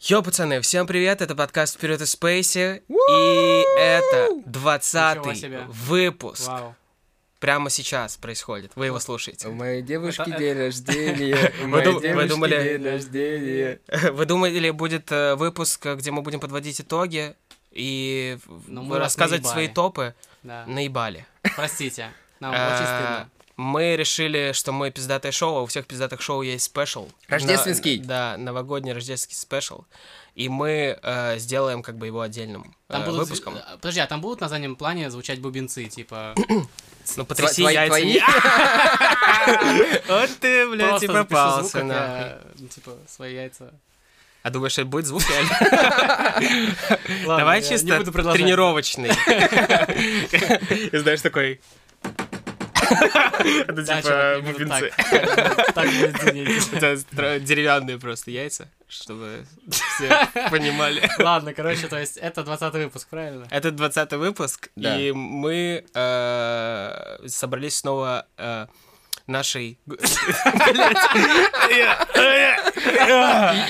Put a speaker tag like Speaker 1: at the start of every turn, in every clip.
Speaker 1: Йо, пацаны, всем привет, это подкаст «Вперед из Спейси», и это 20-й
Speaker 2: себе.
Speaker 1: выпуск.
Speaker 2: Вау.
Speaker 1: Прямо сейчас происходит, вы его слушаете.
Speaker 3: моей девушки
Speaker 2: Это-
Speaker 3: день рождения. У
Speaker 1: Вы
Speaker 3: моей
Speaker 1: дум- вы
Speaker 3: девушки
Speaker 1: думали-
Speaker 3: день рождения.
Speaker 1: Вы думали, будет э, выпуск, э, где мы будем подводить итоги и в-
Speaker 2: Но Ну, мы вас
Speaker 1: рассказывать
Speaker 2: наебали.
Speaker 1: свои топы?
Speaker 2: Да.
Speaker 1: Наебали.
Speaker 2: Простите. Нам
Speaker 1: Э,
Speaker 2: очень стыдно.
Speaker 1: Мы решили, что мы пиздатое шоу, а у всех пиздатых шоу есть спешл.
Speaker 3: Рождественский.
Speaker 1: На- Да, новогодний рождественский спешл. И мы э, сделаем как бы его отдельным
Speaker 2: Там
Speaker 1: э,
Speaker 2: будут...
Speaker 1: выпуском.
Speaker 2: э, Подожди, а там будут на заднем плане звучать бубенцы, типа...
Speaker 1: Ну, потряси
Speaker 3: Твои-
Speaker 1: яйцами.
Speaker 3: твои-
Speaker 1: Вот ты, блядь,
Speaker 2: просто
Speaker 1: и
Speaker 2: запишу
Speaker 1: попался,
Speaker 2: звук, как
Speaker 1: типа нахуй.
Speaker 2: я, ну, Типа, свои яйца.
Speaker 1: А думаешь, это будет звук реально?
Speaker 2: Ладно,
Speaker 1: Давай
Speaker 2: я
Speaker 1: чисто
Speaker 2: не буду продолжать.
Speaker 1: тренировочный. И знаешь, такой... Это
Speaker 2: Да,
Speaker 1: типа
Speaker 2: чувак, я буду
Speaker 1: бубенцы.
Speaker 2: так. Так будет звенеть.
Speaker 1: Это стро- деревянные просто яйца, чтобы все понимали.
Speaker 2: Ладно, короче, то есть это 20 выпуск, правильно?
Speaker 1: Это 20 выпуск,
Speaker 3: Да.
Speaker 1: и мы э, собрались снова э, нашей...
Speaker 3: И-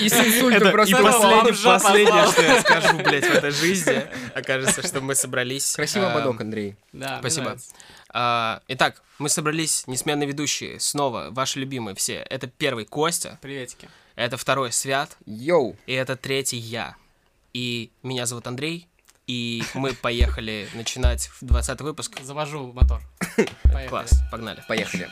Speaker 3: И с инсультом
Speaker 1: и
Speaker 3: просто
Speaker 2: послед-
Speaker 3: попал.
Speaker 1: последнее,
Speaker 2: вам жопа
Speaker 1: последнее,
Speaker 2: слава.
Speaker 1: что я скажу, блядь, в этой жизни, окажется, что мы собрались...
Speaker 3: Красивый
Speaker 1: эм,
Speaker 3: ободок, Андрей.
Speaker 2: Да, мне
Speaker 1: Спасибо.
Speaker 2: нравится.
Speaker 1: а, Итак, мы собрались, несменные ведущие, снова ваши любимые все. Это первый Костя,
Speaker 2: Приветики.
Speaker 1: это второй Свят,
Speaker 3: Йоу.
Speaker 1: и это третий я. И меня зовут Андрей, и мы поехали начинать 20 выпуск.
Speaker 2: Завожу мотор. Поехали.
Speaker 1: Класс, погнали.
Speaker 3: Поехали.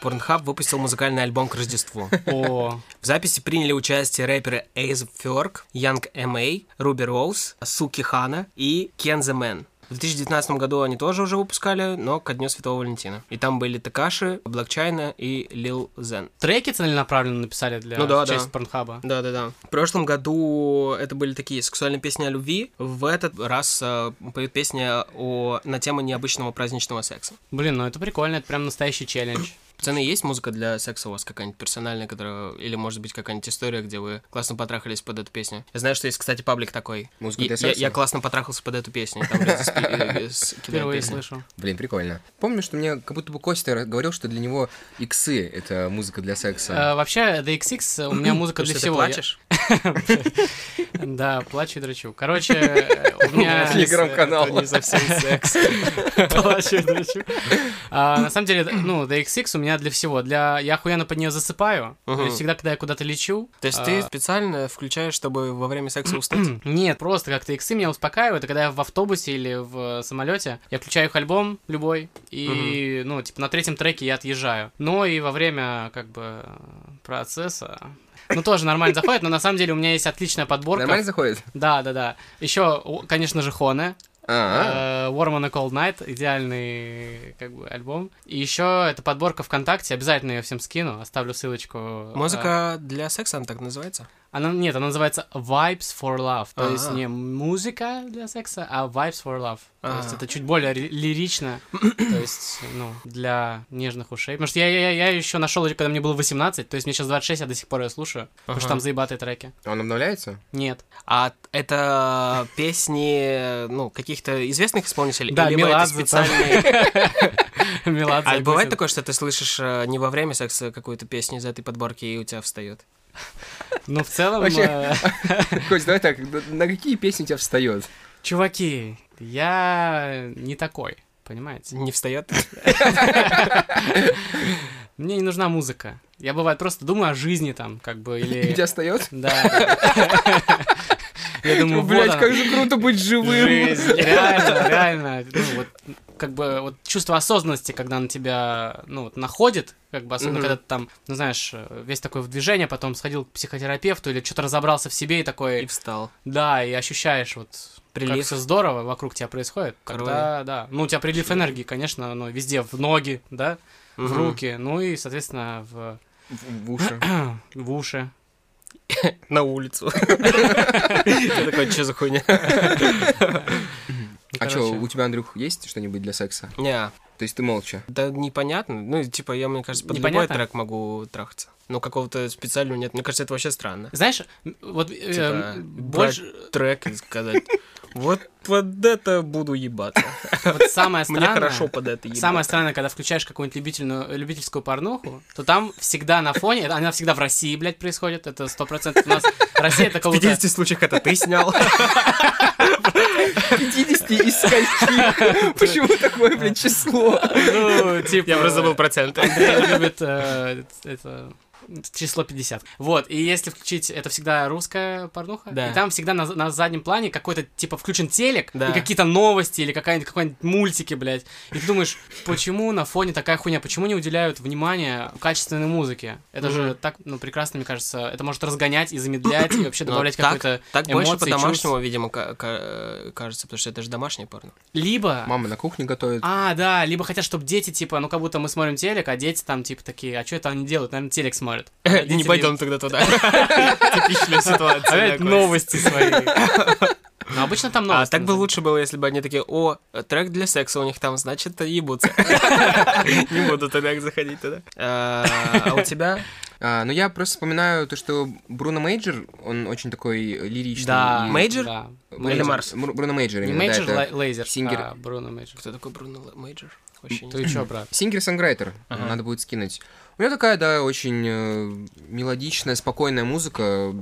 Speaker 1: Порнхаб выпустил музыкальный альбом к Рождеству.
Speaker 2: О,
Speaker 1: В записи приняли участие рэперы Ace Ferg, Young M.A., Ruby Rose, Суки Хана и Ken The Man. В 2019 году они тоже уже выпускали, но ко Дню Святого Валентина. И там были Такаши, Блокчайна и Лил Зен.
Speaker 2: треки целенаправленно написали для
Speaker 1: Ну да,
Speaker 2: в честь
Speaker 1: да.
Speaker 2: Порнхаба.
Speaker 1: Да-да-да. В прошлом году это были такие сексуальные песни о любви. В этот раз э, поет песня о... на тему необычного праздничного секса.
Speaker 2: Блин, ну это прикольно, это прям настоящий челлендж.
Speaker 1: Пацаны, есть музыка для секса у вас какая-нибудь персональная, которая... Или, может быть, какая-нибудь история, где вы классно потрахались под эту песню? Я знаю, что есть, кстати, паблик такой.
Speaker 3: Музыка
Speaker 1: И-
Speaker 3: для
Speaker 1: я,
Speaker 3: секса?
Speaker 1: я классно потрахался под эту песню. и Там люди спи- э, э, с- кидают
Speaker 2: Впервые
Speaker 1: песни.
Speaker 2: слышу.
Speaker 3: Блин, прикольно. Помню, что мне как будто бы Костя говорил, что для него иксы — это музыка для секса.
Speaker 2: Э, Вообще, DXX, э, у меня музыка
Speaker 1: Ты
Speaker 2: для
Speaker 1: что, ты
Speaker 2: всего. Я-
Speaker 1: плачешь?
Speaker 2: Да, плачу и дрочу. Короче, э, у меня...
Speaker 3: Это телеграм-канал.
Speaker 2: Это не совсем секс. Плачу и дрочу. А, На самом деле, ну, DXX у меня для всего. Для... Я охуенно под нее засыпаю.
Speaker 1: Мгм.
Speaker 2: То есть всегда, когда я куда-то лечу...
Speaker 1: То есть
Speaker 2: а,
Speaker 1: ты специально включаешь, чтобы во время секса устать?
Speaker 2: Нет, просто как-то иксы меня успокаивают, и когда я в автобусе или в э, самолете, я включаю их альбом любой, и, ну, типа, на третьем треке я отъезжаю. Но и во время, как бы, процесса... Ну, тоже нормально заходит, но на самом деле у меня есть отличная подборка.
Speaker 3: Нормально заходит?
Speaker 2: Да, да, да. Еще, конечно же, Хоне.
Speaker 3: А,
Speaker 2: Э, Warm on a Cold Night. Идеальный, как бы, альбом. И еще это подборка ВКонтакте. Обязательно ее всем скину. Оставлю ссылочку. Э,
Speaker 1: Музыка для секса, она так называется?
Speaker 2: она, нет, она называется Vibes for Love. То есть
Speaker 1: Ага.
Speaker 2: не музыка для секса, а Vibes for Love. То есть
Speaker 1: Ага.
Speaker 2: это чуть более ри- лирично. То есть, ну, для нежных ушей. Потому что я, я, еще нашел, когда мне было 18. То есть мне сейчас 26, я до сих пор ее слушаю. Потому что
Speaker 1: Ага.
Speaker 2: там заебатые треки.
Speaker 3: он обновляется?
Speaker 2: Нет.
Speaker 1: А это песни, ну, каких-то известных исполнителей?
Speaker 2: Да,
Speaker 1: Или вы это
Speaker 2: Меладзе там.
Speaker 1: специальные-
Speaker 2: Меладзе
Speaker 1: А бывает
Speaker 2: Гусин.
Speaker 1: такое, что ты слышишь э, не во время секса какую-то песню из этой подборки, и у тебя встает?
Speaker 2: Ну, в целом...
Speaker 3: Вообще.
Speaker 2: э,
Speaker 3: Кость, давай так, на- на какие песни у тебя встает?
Speaker 2: Чуваки, я не такой, понимаете?
Speaker 1: Не встает?
Speaker 2: Мне не нужна музыка. Я бывает просто думаю о жизни там, как бы,
Speaker 3: У
Speaker 2: или...
Speaker 3: тебя встает?
Speaker 2: Да. Я думаю, вот
Speaker 3: Блять,
Speaker 2: она,
Speaker 3: как же круто быть живым!
Speaker 2: жизнь, реально, реально. Ну, вот, как бы, вот чувство осознанности, когда на тебя, ну, вот, находит, как бы, особенно
Speaker 1: Мгм.
Speaker 2: когда ты там, ну, знаешь, э, весь такой в движении, потом сходил к психотерапевту или что-то разобрался в себе и
Speaker 1: И
Speaker 2: такой,
Speaker 1: встал.
Speaker 2: да, и ощущаешь вот Прилив.
Speaker 1: Прилив.
Speaker 2: все здорово вокруг тебя происходит. Когда, да. Ну, у тебя прилив энергии, конечно, оно везде, в ноги, да, в
Speaker 1: Мгм.
Speaker 2: руки, ну и, соответственно, в,
Speaker 3: В в уши.
Speaker 2: в уши.
Speaker 1: На улицу. Ты такой, что за хуйня?
Speaker 2: Ну,
Speaker 3: А
Speaker 2: короче.
Speaker 3: что, у тебя, Андрюх, есть что-нибудь для секса?
Speaker 1: Не,
Speaker 3: То есть ты молча?
Speaker 1: да непонятно. Ну, типа, я, мне кажется, под любой
Speaker 2: Непонятно?
Speaker 1: трек могу трахаться. Но какого-то специального нет. Мне кажется, это вообще странно.
Speaker 2: Знаешь, м, вот э,
Speaker 1: Типа,
Speaker 2: м,
Speaker 1: брать
Speaker 2: больше
Speaker 1: трек и сказать, вот под это буду ебаться.
Speaker 2: вот самое
Speaker 1: Мне
Speaker 2: странное.
Speaker 1: хорошо под это ебаться.
Speaker 2: Самое странное, когда включаешь какую-нибудь любительную, любительскую порнуху, то там всегда на фоне, это- она всегда в России, блядь, происходит, это сто процентов у нас. Россия это как
Speaker 1: В
Speaker 2: будто...
Speaker 1: 50 случаях это ты снял.
Speaker 3: 50 из скольких? Почему такое, блядь, число?
Speaker 2: Ну, типа...
Speaker 1: Я просто забыл проценты.
Speaker 2: Андрей любит э, это число 50. Вот, и если включить, это всегда русская порнуха,
Speaker 1: Да.
Speaker 2: и там всегда на, на заднем плане какой-то, типа, включен телек,
Speaker 1: Да.
Speaker 2: и какие-то новости, или какая-нибудь, какой-нибудь мультики, блядь. И ты думаешь, почему на фоне такая хуйня, почему не уделяют внимания качественной музыке? Это же так, ну, прекрасно, мне кажется, это может разгонять и замедлять, и вообще
Speaker 1: Ну,
Speaker 2: добавлять
Speaker 1: так-
Speaker 2: какой-то
Speaker 1: Так больше
Speaker 2: эмоции, чувств.
Speaker 1: по-домашнему, видимо, ка- ка- кажется, потому что это же домашнее порно.
Speaker 2: Либо...
Speaker 3: Мама на кухне готовит.
Speaker 2: А, да, либо хотят, чтобы дети, типа, ну, как будто мы смотрим телек, а дети там, типа, такие, а что это они делают? Наверное, телек смотрят.
Speaker 1: Не
Speaker 2: Родители-
Speaker 1: пойдем тогда туда. А Типичная ситуация.
Speaker 2: Опять
Speaker 1: такой.
Speaker 2: новости свои. Ну, обычно там
Speaker 1: А
Speaker 2: новости.
Speaker 1: так
Speaker 2: на
Speaker 1: бы
Speaker 2: самом
Speaker 1: лучше было, если бы они такие, о, трек для секса у них там, значит, ебутся. Не буду тогда заходить туда. А а у тебя?
Speaker 3: А, ну, я просто вспоминаю то, что Бруно Мейджер, он очень такой лиричный.
Speaker 2: деле. Да.
Speaker 3: и-
Speaker 1: Мейджор?
Speaker 2: Да.
Speaker 3: Бруно-
Speaker 1: Или Марс?
Speaker 3: Бру- Бруно Мейджер,
Speaker 2: Не
Speaker 3: именно, да,
Speaker 2: Мейджор,
Speaker 3: это
Speaker 2: Лей- Лейзер.
Speaker 3: сингер.
Speaker 2: а, Бруно Мейджор.
Speaker 1: Кто такой Бруно Л- Мейджор? Вообще не
Speaker 2: Ты чё, брат?
Speaker 3: Сингер-сонграйтер.
Speaker 1: Ага.
Speaker 3: Надо будет скинуть. У меня такая, да, очень э, мелодичная, спокойная музыка.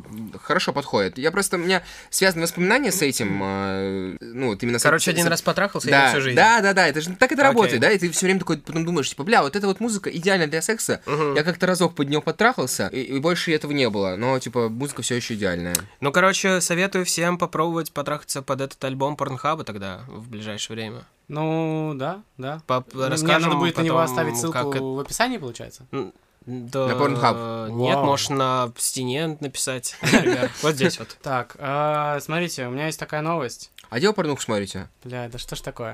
Speaker 3: Хорошо подходит. Я просто... У меня связаны воспоминания с этим. э, ну, вот именно с
Speaker 1: Короче,
Speaker 3: с-
Speaker 1: один
Speaker 3: с-
Speaker 1: раз потрахался, и
Speaker 3: да,
Speaker 1: на всю жизнь.
Speaker 3: да, да, да, это же так это
Speaker 1: Окей.
Speaker 3: работает, да, и ты все время такой потом думаешь, типа, бля, вот эта вот музыка идеальна для секса.
Speaker 1: Мгм.
Speaker 3: Я как-то разок под нее потрахался, и, и больше этого не было. Но, типа, музыка все еще идеальная.
Speaker 1: Ну, короче, советую всем попробовать потрахаться под этот альбом Порнхаба тогда, в ближайшее время.
Speaker 2: Ну, да, да.
Speaker 1: По-
Speaker 3: Ну,
Speaker 2: Мне
Speaker 1: расскажем
Speaker 2: надо будет на него
Speaker 1: потом,
Speaker 2: оставить ссылку
Speaker 1: как это-
Speaker 2: в описании, получается?
Speaker 1: Да,
Speaker 3: На Pornhub.
Speaker 1: Нет,
Speaker 2: Вау.
Speaker 1: можешь на стене написать. например. Вот здесь вот.
Speaker 2: Так, а, смотрите, у меня есть такая новость.
Speaker 3: А где вы порнуху смотрите?
Speaker 2: Бля, да что ж такое?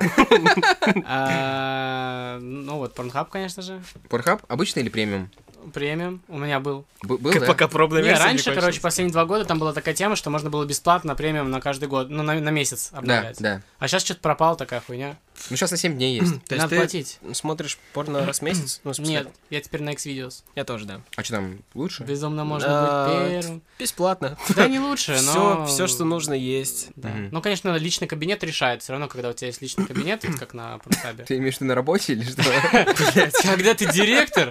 Speaker 2: А, Ну вот, Pornhub, конечно же.
Speaker 3: Порхаб? Обычный или премиум?
Speaker 2: Премиум у меня был.
Speaker 3: Б- был,
Speaker 1: Как
Speaker 3: Ну да?
Speaker 1: Пока пробная
Speaker 2: Не,
Speaker 1: версия не
Speaker 2: раньше, короче,
Speaker 1: кончилась.
Speaker 2: последние два года там была такая тема, что можно было бесплатно премиум на каждый год, ну, на, на месяц
Speaker 3: Да,
Speaker 2: обновлять.
Speaker 3: да.
Speaker 2: А сейчас что-то пропала такая хуйня.
Speaker 3: Ну, сейчас на 7 дней есть.
Speaker 1: То есть
Speaker 2: Надо
Speaker 1: ты
Speaker 2: платить.
Speaker 1: смотришь порно раз в месяц? Ну, в смысле,
Speaker 2: Нет, я теперь на X-Videos.
Speaker 1: Я тоже, да.
Speaker 3: А что там, лучше?
Speaker 2: Безумно можно
Speaker 1: Да,
Speaker 2: быть первым.
Speaker 1: Бесплатно.
Speaker 2: Да не лучше,
Speaker 1: Все,
Speaker 2: но...
Speaker 1: все, что нужно, есть.
Speaker 2: Да.
Speaker 3: Мгм.
Speaker 2: Ну, конечно, личный кабинет решает. Все равно, когда у тебя есть личный кабинет, это как на Порнхабе.
Speaker 3: Ты имеешь в виду на работе или что?
Speaker 2: Когда ты директор,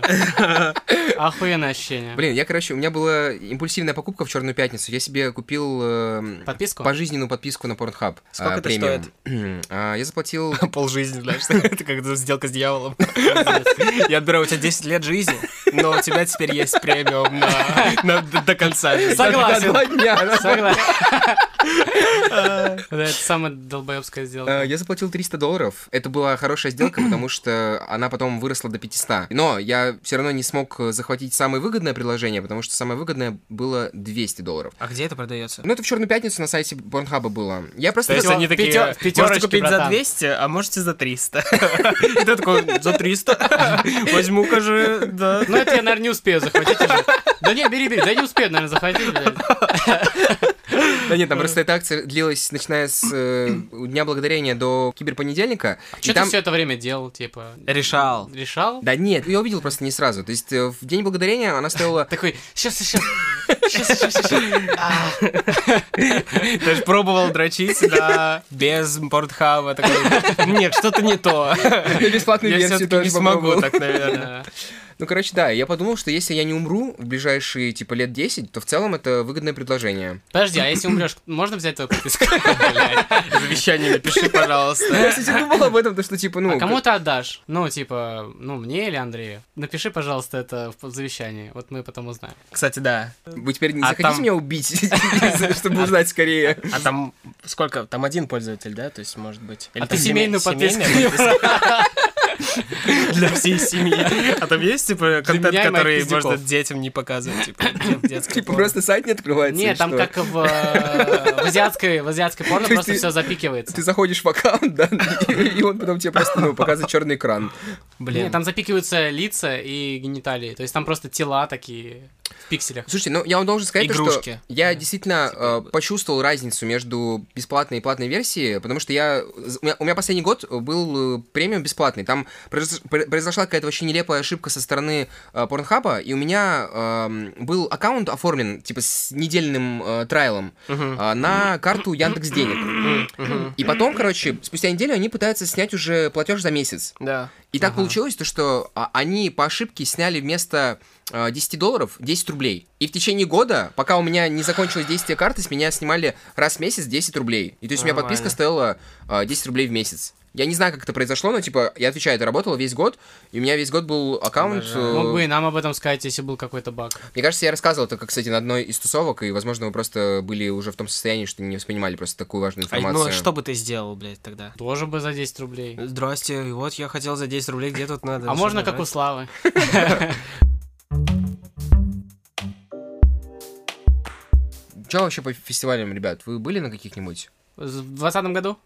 Speaker 2: охуенное ощущение.
Speaker 3: Блин, я, короче, у меня была импульсивная покупка в Черную пятницу. Я себе купил э,
Speaker 2: Подписку?
Speaker 3: пожизненную подписку на Pornhub.
Speaker 1: Сколько
Speaker 3: а,
Speaker 1: это
Speaker 3: премиум. А, я заплатил...
Speaker 1: Полжизни, знаешь, это как сделка с дьяволом. Я отбираю у тебя 10 лет жизни, но у тебя теперь есть премиум на- на- до до конца.
Speaker 2: Согласен.
Speaker 3: На два дня.
Speaker 2: Согласен. Да, это самая долбоебская сделка.
Speaker 3: Э, Я заплатил 300 долларов. Это была хорошая сделка, потому что она потом выросла до 500. Но я все равно не смог э, захватить самое выгодное предложение, потому что самое выгодное было 200 долларов.
Speaker 1: А где это продается?
Speaker 3: Ну, это в Черную пятницу на сайте Порнхаба было. Я
Speaker 1: То
Speaker 3: просто...
Speaker 1: есть
Speaker 2: Пятё-
Speaker 1: они такие,
Speaker 2: пятё- пятёрочки,
Speaker 1: можете купить за
Speaker 2: братан».
Speaker 1: 200, а можете за 300. И ты такой, за 300? Возьму-ка же, да.
Speaker 2: Ну, это я, наверное, не успею захватить уже. Да не, бери, бери, да не успею, наверное, захватить, блядь.
Speaker 3: Да нет, там просто эта акция длилась, начиная с э, Дня Благодарения до Киберпонедельника.
Speaker 1: А
Speaker 3: И
Speaker 2: Что
Speaker 3: там-
Speaker 2: ты все это время делал, типа?
Speaker 1: Решал.
Speaker 2: Решал?
Speaker 3: Да нет, я увидел просто не сразу. То есть э, в День Благодарения она стоила...
Speaker 2: Такой, сейчас, сейчас, сейчас, сейчас,
Speaker 1: Ты же пробовал дрочить, да, без портхава. Такой, нет, что-то не то.
Speaker 3: Бесплатную
Speaker 1: Я
Speaker 3: версию
Speaker 1: все-таки
Speaker 3: тоже
Speaker 1: не смогу
Speaker 3: попробовал.
Speaker 1: так, наверное.
Speaker 3: Ну, короче, да, я подумал, что если я не умру в ближайшие, типа, лет 10, то в целом это выгодное предложение.
Speaker 2: Подожди, а если умрешь, можно взять твою подписку?
Speaker 1: Завещание напиши,
Speaker 3: Я,
Speaker 1: пожалуйста.
Speaker 3: кстати, думал об этом, то что, типа, ну...
Speaker 2: А кому ты отдашь? Ну, типа, ну, мне или Андрею? Напиши, пожалуйста, это в завещании. Вот мы потом узнаем.
Speaker 1: Кстати, да.
Speaker 3: Вы теперь не
Speaker 1: А
Speaker 3: захотите
Speaker 1: там-
Speaker 3: меня убить, чтобы узнать скорее?
Speaker 1: А там сколько? Там один пользователь, да? То есть, может быть. Или
Speaker 2: А
Speaker 1: там
Speaker 2: ты семейную
Speaker 1: семей-
Speaker 2: подписку
Speaker 1: семейная подписка? Для всей семьи. А там есть, типа, контент,
Speaker 2: меня и моих
Speaker 1: который
Speaker 2: пиздюков.
Speaker 1: можно детям не показывать? Типа, дет- детское
Speaker 3: Типа,
Speaker 1: порно.
Speaker 3: просто сайт не открывается? или
Speaker 2: Нет, там
Speaker 3: что?
Speaker 2: как в, э, в азиатской, в азиатской порно
Speaker 3: То есть
Speaker 2: просто
Speaker 3: ты-
Speaker 2: все запикивается.
Speaker 3: Ты заходишь в аккаунт, да, и он потом тебе просто, ну, показывает черный экран.
Speaker 1: Блин.
Speaker 2: Нет, там запикиваются лица и гениталии. То есть там просто тела такие. в пикселях.
Speaker 3: Слушайте, ну я вам должен сказать, то,
Speaker 1: Игрушки.
Speaker 3: что я
Speaker 1: Да,
Speaker 3: действительно
Speaker 1: типа
Speaker 3: э, почувствовал разницу между бесплатной и платной версией, потому что я у меня, у меня последний год был э, премиум бесплатный, там произош- пр- произошла какая-то вообще нелепая ошибка со стороны э, Порнхаба, и у меня эм, был аккаунт оформлен типа с недельным э, трайлом э, на карту Яндекс Денег, и потом, короче, спустя неделю они пытаются снять уже платеж за месяц.
Speaker 1: Да.
Speaker 3: И так получилось, то, что а, они по ошибке сняли вместо э, 10 долларов 10 рублей. И в течение года, пока у меня не закончилось действие карты, с меня снимали раз в месяц 10 рублей. И то есть у меня
Speaker 1: Нормально.
Speaker 3: подписка стоила э, 10 рублей в месяц. Я не знаю, как это произошло, но типа, я отвечаю, это работало весь год, и у меня весь год был аккаунт. э,
Speaker 2: Мог
Speaker 1: Ну,
Speaker 2: бы и нам об этом сказать, если был какой-то баг.
Speaker 3: Мне кажется, я рассказывал это, как, кстати, на одной из тусовок, и, возможно, вы просто были уже в том состоянии, что не воспринимали просто такую
Speaker 1: А,
Speaker 3: важную информацию.
Speaker 1: ну, а что бы ты сделал, блядь, тогда?
Speaker 2: Тоже бы за 10 рублей.
Speaker 1: Здрасте, вот я хотел за 10 рублей, где тут надо?
Speaker 2: А можно как у
Speaker 1: собирать?
Speaker 2: Славы.
Speaker 3: Чё вообще по фестивалям, ребят? Вы были на каких-нибудь?
Speaker 2: В 20 году?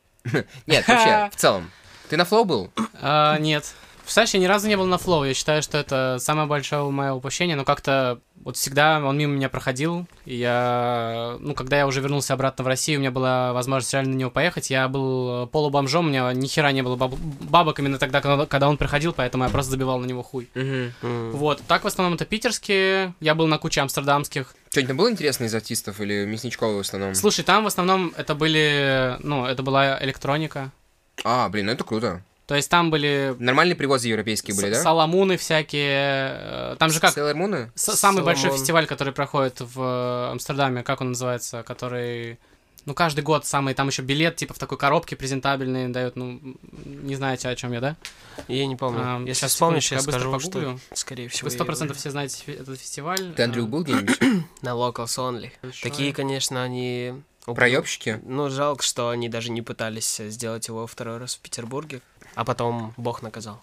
Speaker 3: Нет, вообще, в целом. Ты на флоу был?
Speaker 2: А, Нет. В Саше ни разу не был на флоу. Я считаю, что это самое большое мое упущение, но как-то вот всегда он мимо меня проходил. И я, ну, когда я уже вернулся обратно в Россию, у меня была возможность реально на него поехать. Я был э, полубомжом, у меня ни хера не было баб- бабок именно тогда, когда когда он приходил, поэтому я просто забивал на него хуй.
Speaker 1: М.
Speaker 2: Вот, так в основном это питерские. Я был на куче амстердамских.
Speaker 3: Что-нибудь было интересно из артистов или Мясничкова в основном?
Speaker 2: Слушай, там в основном это были, ну, это была электроника.
Speaker 3: А, блин, ну это круто.
Speaker 2: То есть там были
Speaker 3: Нормальные привозы европейские были,
Speaker 2: с-
Speaker 3: да?
Speaker 2: саламуны всякие. э, Там же как?
Speaker 3: Sailor Moon?
Speaker 2: С- Самый большой
Speaker 1: Соломон.
Speaker 2: фестиваль, который проходит в э, Амстердаме, как он называется, который... Ну, каждый год самый, там еще билет, типа, в такой коробке презентабельный дают, ну, м, не знаете, о чем я, да?
Speaker 1: Я не помню.
Speaker 2: А,
Speaker 1: Если
Speaker 2: щас,
Speaker 1: вспомнишь,
Speaker 2: секундочку,
Speaker 1: я
Speaker 2: я быстро
Speaker 1: скажу,
Speaker 2: погуглю.
Speaker 1: что, скорее всего,
Speaker 2: Вы сто
Speaker 1: я
Speaker 2: процентов
Speaker 1: его-
Speaker 2: все знаете фе- этот фестиваль.
Speaker 3: Ты, Андрюх,
Speaker 2: А,
Speaker 3: был где-нибудь?
Speaker 1: На Locals Only.
Speaker 2: большой.
Speaker 1: Такие, конечно, они...
Speaker 3: Проебщики?
Speaker 1: Ну, жалко, что они даже не пытались э, сделать его второй раз в Петербурге, а потом бог наказал.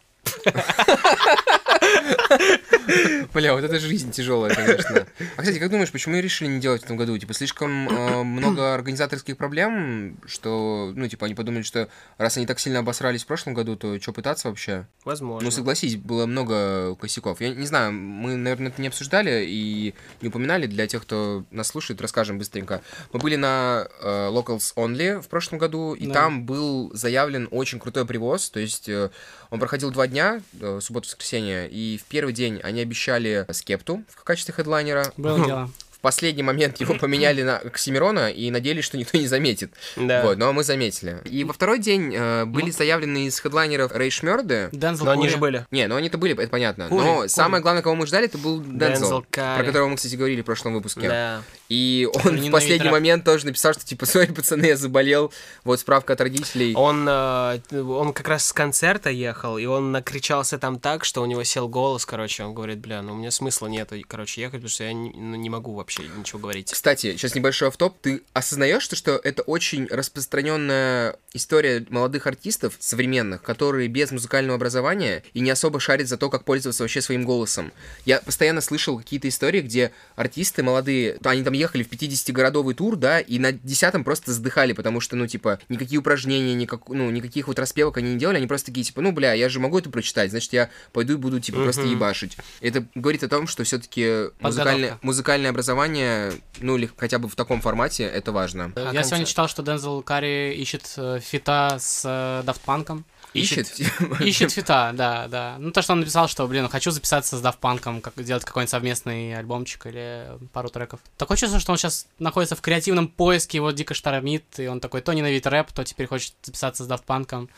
Speaker 3: Бля, вот это жизнь тяжелая, конечно. А, кстати, как думаешь, почему решили не делать в этом году? Типа, слишком э, много организаторских проблем, что, ну, типа, они подумали, что раз они так сильно обосрались в прошлом году, то что пытаться вообще?
Speaker 1: Возможно.
Speaker 3: Ну, согласись, было много косяков. Я не знаю, мы, наверное, это не обсуждали и не упоминали. Для тех, кто нас слушает, расскажем быстренько. Мы были на э, Locals Only в прошлом году, и
Speaker 2: Да.
Speaker 3: там был заявлен очень крутой привоз. То есть э, он проходил два дня, э, субботу-воскресенье, и в первый день они обещали Скепту в качестве хедлайнера.
Speaker 2: Было дело.
Speaker 3: В последний момент его поменяли на Оксимирона и надеялись, что никто не заметит.
Speaker 1: Да.
Speaker 3: Вот, но мы заметили. И во второй день э, были заявлены из хедлайнеров Рейш Мёрды.
Speaker 2: Дензел
Speaker 1: Но они же
Speaker 2: Кури.
Speaker 1: были.
Speaker 3: Не, ну они-то были, это понятно.
Speaker 1: Кури,
Speaker 3: Но
Speaker 1: кури.
Speaker 3: самое главное, кого мы ждали, это был Дензел,
Speaker 1: Дензел Карри.
Speaker 3: про которого мы, кстати, говорили в прошлом выпуске.
Speaker 1: Да.
Speaker 3: И
Speaker 2: Который
Speaker 3: он в
Speaker 2: ненавидит
Speaker 3: последний
Speaker 2: рак.
Speaker 3: момент тоже написал, что типа, сори, пацаны, я заболел, вот справка от родителей.
Speaker 1: Он, э, он как раз с концерта ехал, и он накричался там так, что у него сел голос, короче, он говорит, бля, ну у меня смысла нет, короче, ехать, потому что я не, ну, не могу вообще ничего говорить.
Speaker 3: Кстати, сейчас небольшой автоп. Ты осознаешь, то, что это очень распространенная история молодых артистов современных, которые без музыкального образования и не особо шарят за то, как пользоваться вообще своим голосом. Я постоянно слышал какие-то истории, где артисты молодые, то они там ехали в 50-городовый тур, да, и на 10 просто задыхали, потому что, ну, типа, никакие упражнения, никак, ну, никаких вот распевок они не делали, они просто такие, типа, ну, бля, я же могу это прочитать, значит, я пойду и буду, типа, просто
Speaker 1: Мгм.
Speaker 3: ебашить. Это говорит о том, что все-таки музыкальное,
Speaker 2: Подготовка.
Speaker 3: музыкальное образование, ну или хотя бы в таком формате, это важно.
Speaker 1: А
Speaker 2: Я сегодня
Speaker 1: концерт?
Speaker 2: читал, что Дензел Карри ищет э, фита с э, Daft Punk'ом.
Speaker 3: Ищет.
Speaker 2: Ищет фита, да, да. Ну, то, что он написал, что, блин, хочу записаться с Daft Punk'ом, как, сделать какой-нибудь совместный альбомчик или пару треков. Такое чувство, что он сейчас находится в креативном поиске, его дико штормит, и он такой то ненавидит рэп, то теперь хочет записаться с Daft Punk'ом.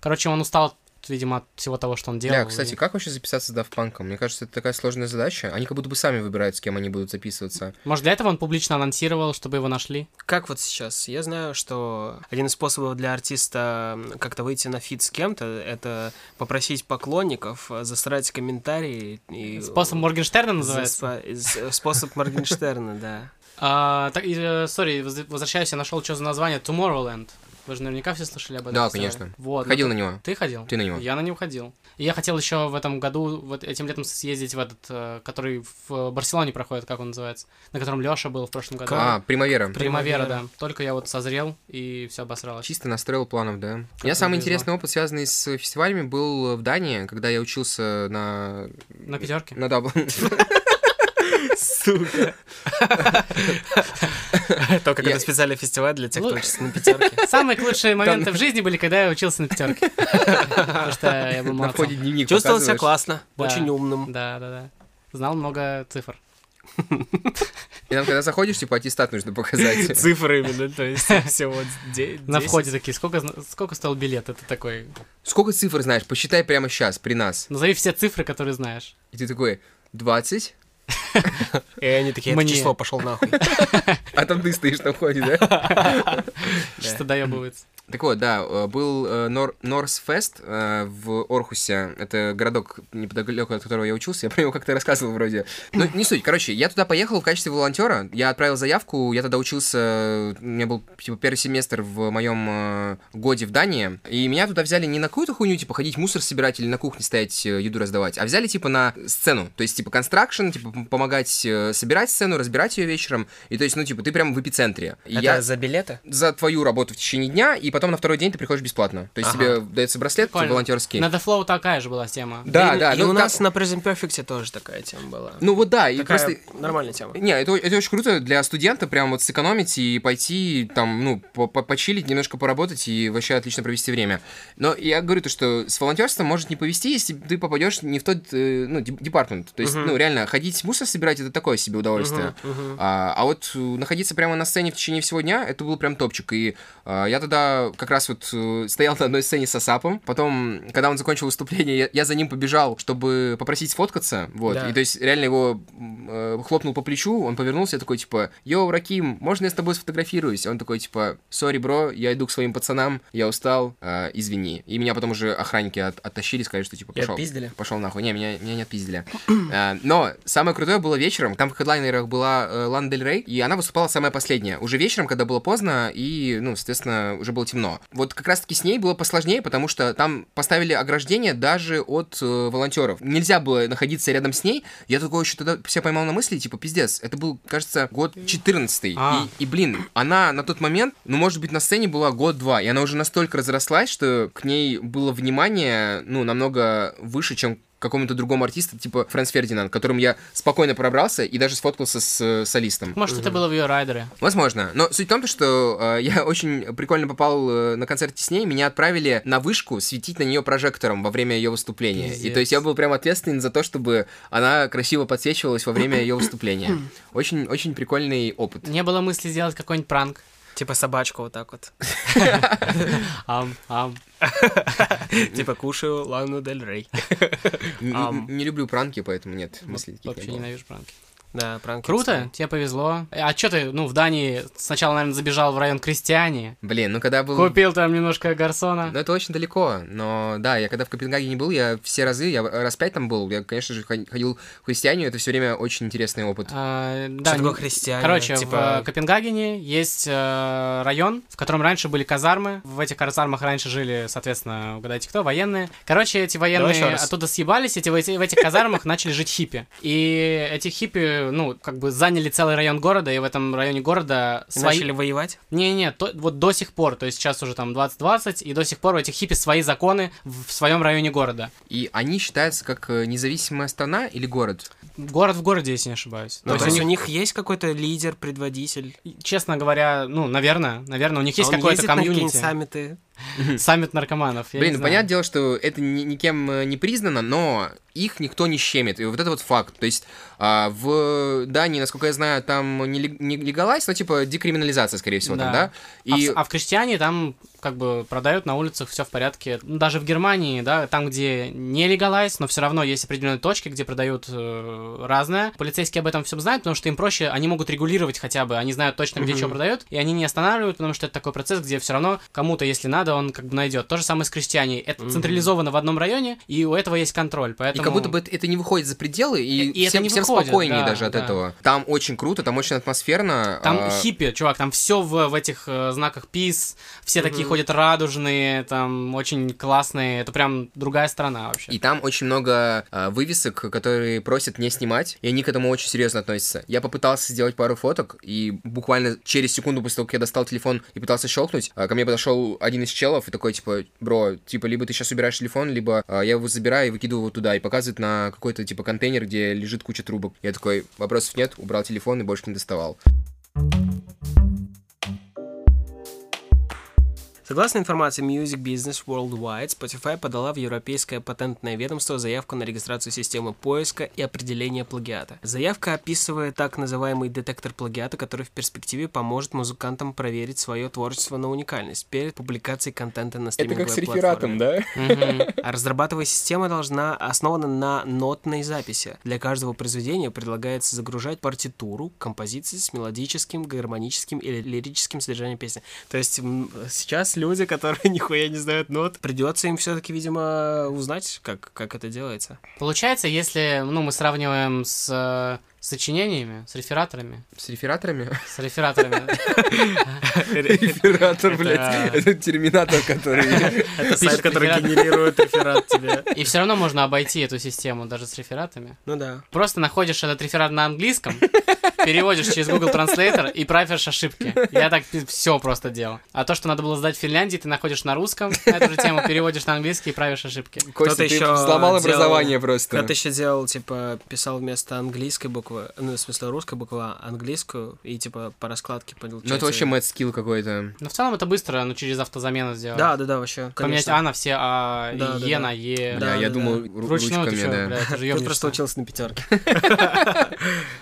Speaker 2: Короче, он устал, видимо, от всего того, что он делал.
Speaker 3: Бля, кстати, как вообще записаться с Daft Punk'ом? Мне кажется, это такая сложная задача. Они как будто бы сами выбирают, с кем они будут записываться.
Speaker 2: Может, для этого он публично анонсировал, чтобы его нашли?
Speaker 1: Как вот сейчас? Я знаю, что один из способов для артиста м, как-то выйти на фит с кем-то, это попросить поклонников э, засрать комментарии. И...
Speaker 2: Э, Способ
Speaker 3: э,
Speaker 2: Моргенштерна называется?
Speaker 1: Заспа- из- э, Способ Моргенштерна, да.
Speaker 2: А, так, и, э, Сори, воз- возвращаюсь, я нашел, что за название. Tomorrowland. Вы же наверняка все слышали об этом.
Speaker 3: Да,
Speaker 2: фестивале.
Speaker 3: конечно.
Speaker 2: Вот. ну,
Speaker 3: Ходил на него.
Speaker 2: Ты ходил?
Speaker 3: Ты на него.
Speaker 2: Я на него ходил. И я хотел еще в этом году, вот этим летом съездить в этот, э, который в э, Барселоне проходит, как он называется, на котором Леша был в прошлом году.
Speaker 3: А, Примавера.
Speaker 2: Примавера, да.
Speaker 1: Примавера.
Speaker 2: Только я вот созрел, и все обосралось.
Speaker 3: Чисто настроил планов, да. У меня
Speaker 2: Как
Speaker 3: самый
Speaker 2: повезло.
Speaker 3: интересный опыт, связанный с фестивалями, был в Дании, когда я учился на...
Speaker 2: На пятерке.
Speaker 3: На дабл.
Speaker 1: Сука. Только
Speaker 3: Я-
Speaker 1: это специальный фестиваль для тех, кто
Speaker 2: Ну-
Speaker 1: учится на пятерке.
Speaker 2: Самые лучшие моменты в жизни были, когда я учился на пятерке. Потому что я был
Speaker 3: На входе
Speaker 2: молодцом.
Speaker 3: дневник
Speaker 1: Чувствовал себя
Speaker 3: показываешь.
Speaker 1: классно,
Speaker 2: Да.
Speaker 1: очень умным.
Speaker 2: Да, да, да. Знал много цифр.
Speaker 3: И там, когда заходишь, типа, аттестат нужно показать.
Speaker 1: Цифры именно, ну, то есть всего де-
Speaker 2: На
Speaker 1: 10.
Speaker 2: входе такие, сколько, зн- сколько стоил билет? Это такой,
Speaker 3: Сколько цифр знаешь? Посчитай прямо сейчас, при нас.
Speaker 2: назови все цифры, которые знаешь.
Speaker 3: И ты такой, 20?
Speaker 1: И они такие, это
Speaker 2: Мне.
Speaker 1: число, пошел нахуй.
Speaker 3: А там ты стоишь на входе, да?
Speaker 2: Что доебывается.
Speaker 3: Так вот, да, э, был э, Нор- Норсфест э, в Орхусе. Это городок неподалеку, от которого я учился. Я про него как-то рассказывал вроде. Ну, не суть. Короче, я туда поехал в качестве волонтера. Я отправил заявку. Я тогда учился... У меня был, типа, первый семестр в моем э, годе в Дании. И меня туда взяли не на какую-то хуйню, типа, ходить мусор собирать или на кухне стоять, э, еду раздавать, а взяли, типа, на сцену. То есть, типа, констракшн, типа, пом- помогать э, собирать сцену, разбирать ее вечером. И то есть, ну, типа, ты прям в эпицентре. И я-
Speaker 1: Это за билеты?
Speaker 3: за твою работу в течение дня, и потом на второй день ты приходишь бесплатно. То есть
Speaker 1: Ага.
Speaker 3: тебе дается браслет
Speaker 2: Прикольно.
Speaker 3: волонтерский.
Speaker 2: На The Flow такая же была тема.
Speaker 3: Да,
Speaker 1: и,
Speaker 3: да.
Speaker 1: И
Speaker 3: ну,
Speaker 1: у
Speaker 3: так-
Speaker 1: нас на Prison Perfect тоже такая тема была.
Speaker 3: Ну вот да, и
Speaker 1: Такая
Speaker 3: просто...
Speaker 1: нормальная тема.
Speaker 3: Не, это, это очень круто для студента прям вот сэкономить и пойти там, ну, по- по- почилить, немножко поработать и вообще отлично провести время. Но я говорю то, что с волонтерством может не повести, если ты попадешь не в тот, э, ну, деп- департмент. То есть, ну, реально, ходить мусор собирать, это такое себе удовольствие. А, а вот э, находиться прямо на сцене в течение всего дня, это был прям топчик. И э, я тогда как раз вот э, стоял на одной сцене с Асапом. Потом, когда он закончил выступление, я, я за ним побежал, чтобы попросить сфоткаться. Вот.
Speaker 1: Да.
Speaker 3: И то есть реально его м, э, хлопнул по плечу, он повернулся, я такой типа, йоу, Раким, можно я с тобой сфотографируюсь? Он такой типа, сори, бро, я иду к своим пацанам, я устал, э, извини. И меня потом уже охранники от- оттащили, сказали, что типа,
Speaker 1: И
Speaker 3: пошел.
Speaker 1: отпиздили?
Speaker 3: Пошел нахуй. Не, меня, меня не отпиздили. Э, Но самое крутое было вечером. Там в хедлайнерах была э, Лана Дель Рей, и она выступала самая последняя. Уже вечером, когда было поздно, и, ну, соответственно, уже было темно. Вот как раз-таки с ней было посложнее, потому что там поставили ограждение даже от э, волонтеров. Нельзя было находиться рядом с ней. Я такой еще тогда себя поймал на мысли, типа, пиздец. Это был, кажется, год 14
Speaker 2: А.
Speaker 3: И, и, блин, она на тот момент, ну, может быть, на сцене была год-два, и она уже настолько разрослась, что к ней было внимание, ну, намного выше, чем к какому-то другому артисту, типа Фрэнс Фердинанд, к которому я спокойно пробрался и даже сфоткался с э, солистом.
Speaker 2: Может, это было в ее райдере.
Speaker 3: Возможно. Но суть в том, то, что э, я очень прикольно попал э, на концерте с ней. Меня отправили на вышку светить на нее прожектором во время ее выступления. И то есть я был прям ответственен за то, чтобы она красиво подсвечивалась во время ее выступления. Очень, очень прикольный опыт.
Speaker 2: Не было мысли сделать какой-нибудь пранк.
Speaker 1: Типа собачку вот так вот.
Speaker 2: Ам, ам.
Speaker 1: Типа кушаю Лану Дель Рей.
Speaker 3: Н-
Speaker 1: Ам.
Speaker 3: н- Не люблю пранки, поэтому нет мыслей таких
Speaker 2: Ну, Вообще
Speaker 3: не было.
Speaker 2: ненавижу пранки.
Speaker 1: Да, пранки.
Speaker 2: Круто, тебе повезло. А что ты, ну, в Дании сначала, наверное, забежал в район Крестьяне,
Speaker 3: Блин, ну когда был...
Speaker 2: купил там немножко гарсона.
Speaker 3: Ну, это очень далеко, но да, я когда в Копенгагене был, я все разы, я раз пять там был, я, конечно же, хо- ходил в христианию, это все время очень интересный опыт.
Speaker 2: А, да,
Speaker 1: Что такое
Speaker 2: не-
Speaker 1: христиане?
Speaker 2: Короче, в э,
Speaker 1: типа...
Speaker 2: Копенгагене есть э, район, в котором раньше были казармы. В этих казармах раньше жили, соответственно, угадайте кто, военные. Короче, эти
Speaker 1: еще
Speaker 2: военные
Speaker 1: раз.
Speaker 2: оттуда съебались, и те- в эти- в этих казармах начали жить хиппи. И эти хиппи, ну, как бы заняли целый район города, и в этом районе города
Speaker 1: и
Speaker 2: свои...
Speaker 1: Начали воевать?
Speaker 2: Не-не, то- вот до сих пор, то есть сейчас уже там 2020, и до сих пор у этих хиппи свои законы в, в своем районе города.
Speaker 3: И они считаются как э, независимая страна или город?
Speaker 2: Город в городе, если не ошибаюсь.
Speaker 1: Ну,
Speaker 2: То
Speaker 1: то
Speaker 2: есть
Speaker 1: есть
Speaker 2: у
Speaker 1: у
Speaker 2: них,
Speaker 1: них есть какой-то лидер, предводитель?
Speaker 2: честно говоря, ну, наверное, наверное, у них есть
Speaker 1: А он
Speaker 2: какое-то
Speaker 1: ездит на какие-нибудь
Speaker 2: комьюнити.
Speaker 1: саммиты?
Speaker 2: Саммит наркоманов. я
Speaker 3: Блин,
Speaker 2: не
Speaker 3: ну,
Speaker 2: знаю.
Speaker 3: понятное дело, что это ни- никем э, не признано, но их никто не щемит. И вот это вот факт. То есть а, в Дании, насколько я знаю, там не, лег- не легалайз, но типа декриминализация, скорее всего, там,
Speaker 2: Да.
Speaker 3: да?
Speaker 2: А в-
Speaker 3: И...
Speaker 2: А, в, крестьяне там как бы продают на улицах все в порядке. Ну, Даже в Германии, да, там, где не легалайз, но все равно есть определенные точки, где продают э, разное. Полицейские об этом всем знают, потому что им проще, они могут регулировать хотя бы, они знают точно, где
Speaker 1: Мгм.
Speaker 2: что продают, и они не останавливают, потому что это такой процесс, где все равно кому-то, если надо, он как бы найдет. То же самое с крестьяне. Это
Speaker 1: Мгм.
Speaker 2: централизовано в одном районе, и у этого есть контроль.
Speaker 3: И
Speaker 2: Поэтому...
Speaker 3: как будто бы это не выходит за пределы, и,
Speaker 2: И это
Speaker 3: всем,
Speaker 2: не
Speaker 3: всем
Speaker 2: выходит,
Speaker 3: спокойнее
Speaker 2: да,
Speaker 3: даже от
Speaker 2: да.
Speaker 3: этого. Там очень круто, там очень атмосферно.
Speaker 2: Там
Speaker 3: а,
Speaker 2: хиппи, чувак, там все в, в этих э, знаках пис, все такие ходят радужные, там очень классные, это прям другая страна вообще.
Speaker 3: И там очень много а, вывесок, которые просят не снимать, и они к этому очень серьезно относятся. Я попытался сделать пару фоток, и буквально через секунду после того, как я достал телефон и пытался щелкнуть, а, ко мне подошел один из челов и такой, типа, бро, типа, либо ты сейчас убираешь телефон, либо а, я его забираю и выкидываю его туда, и показывает на какой-то, типа, контейнер, где лежит куча трубок. Я такой, вопросов нет, убрал телефон и больше не доставал.
Speaker 1: Согласно информации Music Business Worldwide, Spotify подала в Европейское патентное ведомство заявку на регистрацию системы поиска и определения плагиата. Заявка описывает так называемый детектор плагиата, который в перспективе поможет музыкантам проверить свое творчество на уникальность перед публикацией контента на стриминговой платформе.
Speaker 3: да?
Speaker 2: Мгм.
Speaker 1: А разрабатывая система должна основана на нотной записи. Для каждого произведения предлагается загружать партитуру, композиции с мелодическим, гармоническим или лирическим содержанием песни. То есть м, сейчас люди, которые нихуя не знают нот, придется им все-таки, видимо, узнать, как, как это делается.
Speaker 2: Получается, если ну, мы сравниваем с э, сочинениями, с рефераторами,
Speaker 3: С рефераторами?
Speaker 2: с рефераторами,
Speaker 3: Рефератор,
Speaker 2: Это-
Speaker 3: блядь. Это терминатор, который...
Speaker 1: Это сайт,
Speaker 2: Пишет
Speaker 1: который
Speaker 2: реферат.
Speaker 1: генерирует реферат тебе.
Speaker 2: и все равно можно обойти эту систему даже с рефератами.
Speaker 1: Ну да.
Speaker 2: Просто находишь этот реферат на английском, переводишь через Google Translator и правишь ошибки. Я так все просто делал. А то, что надо было сдать в Финляндии, ты находишь на русском эту же тему, переводишь на английский и правишь ошибки.
Speaker 3: Костя, ты
Speaker 1: ещё
Speaker 3: сломал
Speaker 1: делал-
Speaker 3: образование просто.
Speaker 1: Когда ты еще делал, типа, писал вместо английской буквы, ну, в смысле, русской буквы, а английскую, и, типа, по раскладке получается.
Speaker 3: Ну, это вообще мэтт скилл какой-то.
Speaker 2: Но в целом это быстро, ну через автозамену сделать.
Speaker 1: Да, да, да, вообще.
Speaker 2: Поменять
Speaker 1: конечно.
Speaker 2: А на все А, и
Speaker 1: Да, да,
Speaker 2: Е
Speaker 1: да.
Speaker 2: на Е.
Speaker 1: Да,
Speaker 3: Бля, я
Speaker 1: да,
Speaker 3: думал
Speaker 1: да.
Speaker 3: ру-
Speaker 2: Вручную ты чё,
Speaker 3: ручками, да.
Speaker 2: бля, ты же
Speaker 1: Ты просто
Speaker 2: ёбнешься.
Speaker 1: учился на пятерке.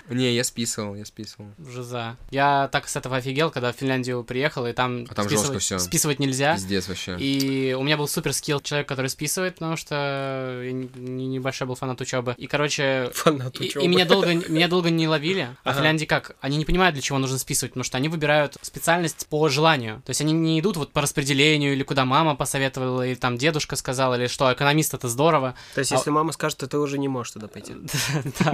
Speaker 3: Не, я списывал, я списывал.
Speaker 2: Жиза. Я так с этого офигел, когда в Финляндию приехал, и там,
Speaker 3: А там
Speaker 2: списывать,
Speaker 3: жёстко всё.
Speaker 2: списывать нельзя.
Speaker 3: Пиздец вообще.
Speaker 2: И у меня был супер скилл человек, который списывает, потому что я не- не- небольшой был фанат учебы. И, короче,
Speaker 1: Фанат
Speaker 2: и,
Speaker 1: учёбы.
Speaker 2: и меня долго, меня долго не ловили. А в
Speaker 1: Ага.
Speaker 2: Финляндии как? Они не понимают, для чего нужно списывать, потому что они выбирают специальность по желанию. То есть они не идут вот по распределению, или куда мама посоветовала, или там дедушка сказал, или что, экономист это здорово.
Speaker 1: То есть,
Speaker 2: А-
Speaker 1: если мама скажет, то ты уже не можешь туда пойти.
Speaker 2: Да.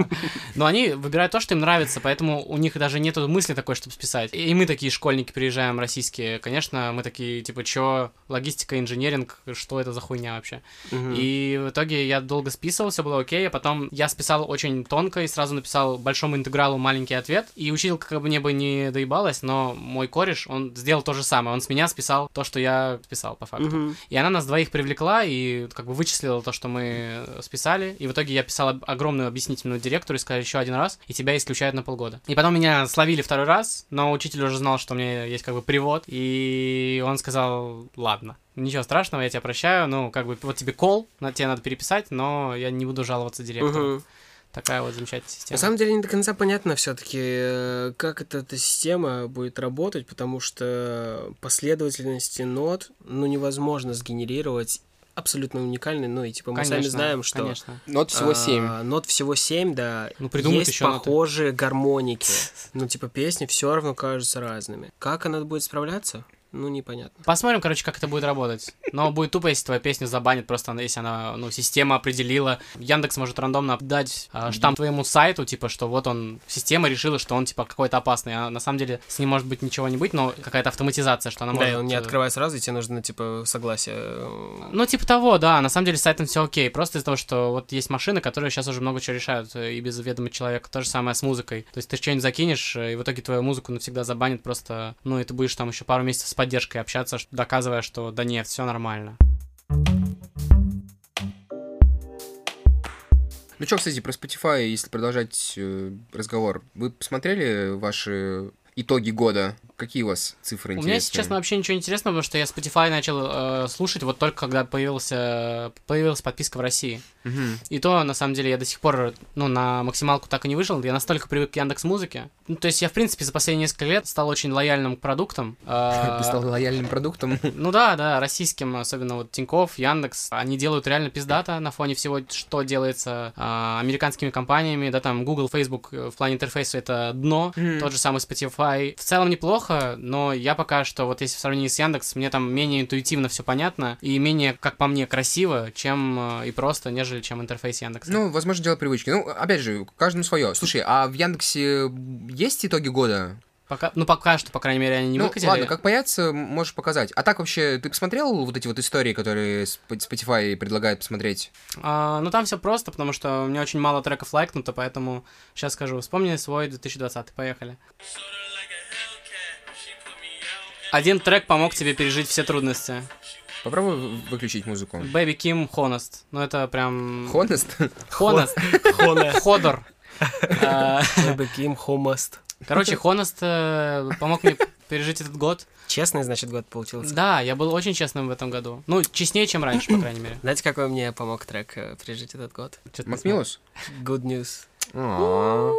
Speaker 2: Но они выбирают то, что им нравится, поэтому у них даже нету мысли такой, чтобы списать. И мы такие школьники приезжаем российские, конечно, мы такие, типа, чё, логистика, инженеринг, что это за хуйня вообще?
Speaker 1: Мгм.
Speaker 2: И в итоге я долго списывал, все было окей, а потом я списал очень тонко и сразу написал большому интегралу маленький ответ. И училка как бы мне бы не доебалась, но мой кореш, он сделал то же самое, он с меня списал то, что я списал по факту.
Speaker 1: Мгм.
Speaker 2: И она нас двоих привлекла и как бы вычислила то, что мы списали. И в итоге я писал об- огромную объяснительную директору и сказал еще один раз, и тебя исключают на полгода. И потом меня словили второй раз, но учитель уже знал, что у меня есть как бы привод, и он сказал, ладно. Ничего страшного, я тебя прощаю. Ну, как бы, вот тебе кол, на тебе надо переписать, но я не буду жаловаться директору.
Speaker 1: Мгм.
Speaker 2: Такая вот замечательная система.
Speaker 1: На самом деле не до конца понятно все-таки, как эта, эта система будет работать, потому что последовательности нот ну невозможно сгенерировать абсолютно уникальный, ну и типа мы сами
Speaker 2: Конечно,
Speaker 1: знаем, что
Speaker 2: Конечно.
Speaker 3: Нот Ну, всего
Speaker 1: а,
Speaker 3: семь.
Speaker 1: нот всего 7, да.
Speaker 2: Ну, придумают
Speaker 1: Есть
Speaker 2: еще ноты.
Speaker 1: похожие гармоники. Ну, типа, песни все равно кажутся разными. Как она будет справляться? Ну, непонятно.
Speaker 2: Посмотрим, короче, как это будет работать. Но будет тупо, если твою песню забанят, просто она- если она, ну, система определила. Яндекс может рандомно дать а, штамп твоему сайту, типа, что вот он, система решила, что он, типа, какой-то опасный. А на самом деле с ним может быть ничего не быть, но какая-то автоматизация, что она
Speaker 1: да,
Speaker 2: может...
Speaker 1: и он не
Speaker 2: э,
Speaker 1: открывает сразу, и тебе нужно, типа, согласие. э,
Speaker 2: Ну, типа того, да, на самом деле с сайтом все окей. Просто из-за того, что вот есть машины, которые сейчас уже много чего решают, э, и без ведома человека. То же самое с музыкой. То есть ты что-нибудь закинешь, э, и в итоге твою музыку навсегда забанят просто... Ну, и ты будешь там еще пару месяцев с поддержкой общаться, ш- доказывая, что да нет, все нормально.
Speaker 3: Ну что, кстати, про Spotify, если продолжать э, разговор. Вы посмотрели ваши итоги года? Какие у вас цифры
Speaker 2: У
Speaker 3: интересные?
Speaker 2: меня, если честно, вообще ничего интересного, потому что я Spotify начал э, слушать вот только когда появился, появилась подписка в России.
Speaker 3: Мгм.
Speaker 2: И то, на самом деле, я до сих пор, ну, на максималку так и не вышел. Я настолько привык к Яндекс Музыке. Ну, то есть я, в принципе, за последние несколько лет стал очень лояльным к продуктам.
Speaker 1: А.
Speaker 2: Э,
Speaker 3: Ты стал лояльным продуктом.
Speaker 2: Ну да, да, российским, особенно вот Тиньков, Яндекс, они делают реально пиздата на фоне всего, что делается а, американскими компаниями, да, там Google, Facebook э, в плане интерфейса это дно,
Speaker 3: Мгм.
Speaker 2: тот же самый Spotify. В целом неплохо, но я пока что, вот если в сравнении с Яндекс, мне там менее интуитивно все понятно и менее, как по мне, красиво, чем э, и просто, нежели чем интерфейс Яндекса.
Speaker 3: Ну, возможно, дело привычки. Ну, опять же, каждому свое. Слушай, а в Яндексе есть итоги года?
Speaker 2: пока, ну пока что, по крайней мере, они не
Speaker 3: ну,
Speaker 2: выкатили.
Speaker 3: ладно, как появится, м, можешь показать. А так вообще, ты посмотрел вот эти вот истории, которые Сп- Spotify предлагает посмотреть?
Speaker 2: А, ну там все просто, потому что у меня очень мало треков лайкнуто, поэтому сейчас скажу, вспомни свой 2020, поехали. Один трек помог тебе пережить все трудности.
Speaker 3: Попробуй вы- выключить музыку.
Speaker 2: Бэби Ким Хонаст. Ну, это прям...
Speaker 3: Honest?
Speaker 2: Хонаст.
Speaker 1: Хона.
Speaker 2: Ходор. А,
Speaker 1: Бэким Хомаст.
Speaker 2: Короче, Хонаст э, помог мне пережить этот год.
Speaker 1: Честный, значит, год получился.
Speaker 2: Да, я был очень честным в этом году. Ну, честнее, чем раньше, по крайней мере.
Speaker 1: Знаете, какой мне помог трек э, пережить этот год?
Speaker 2: Чё-то
Speaker 3: Макмиллус?
Speaker 1: Good News.
Speaker 3: А.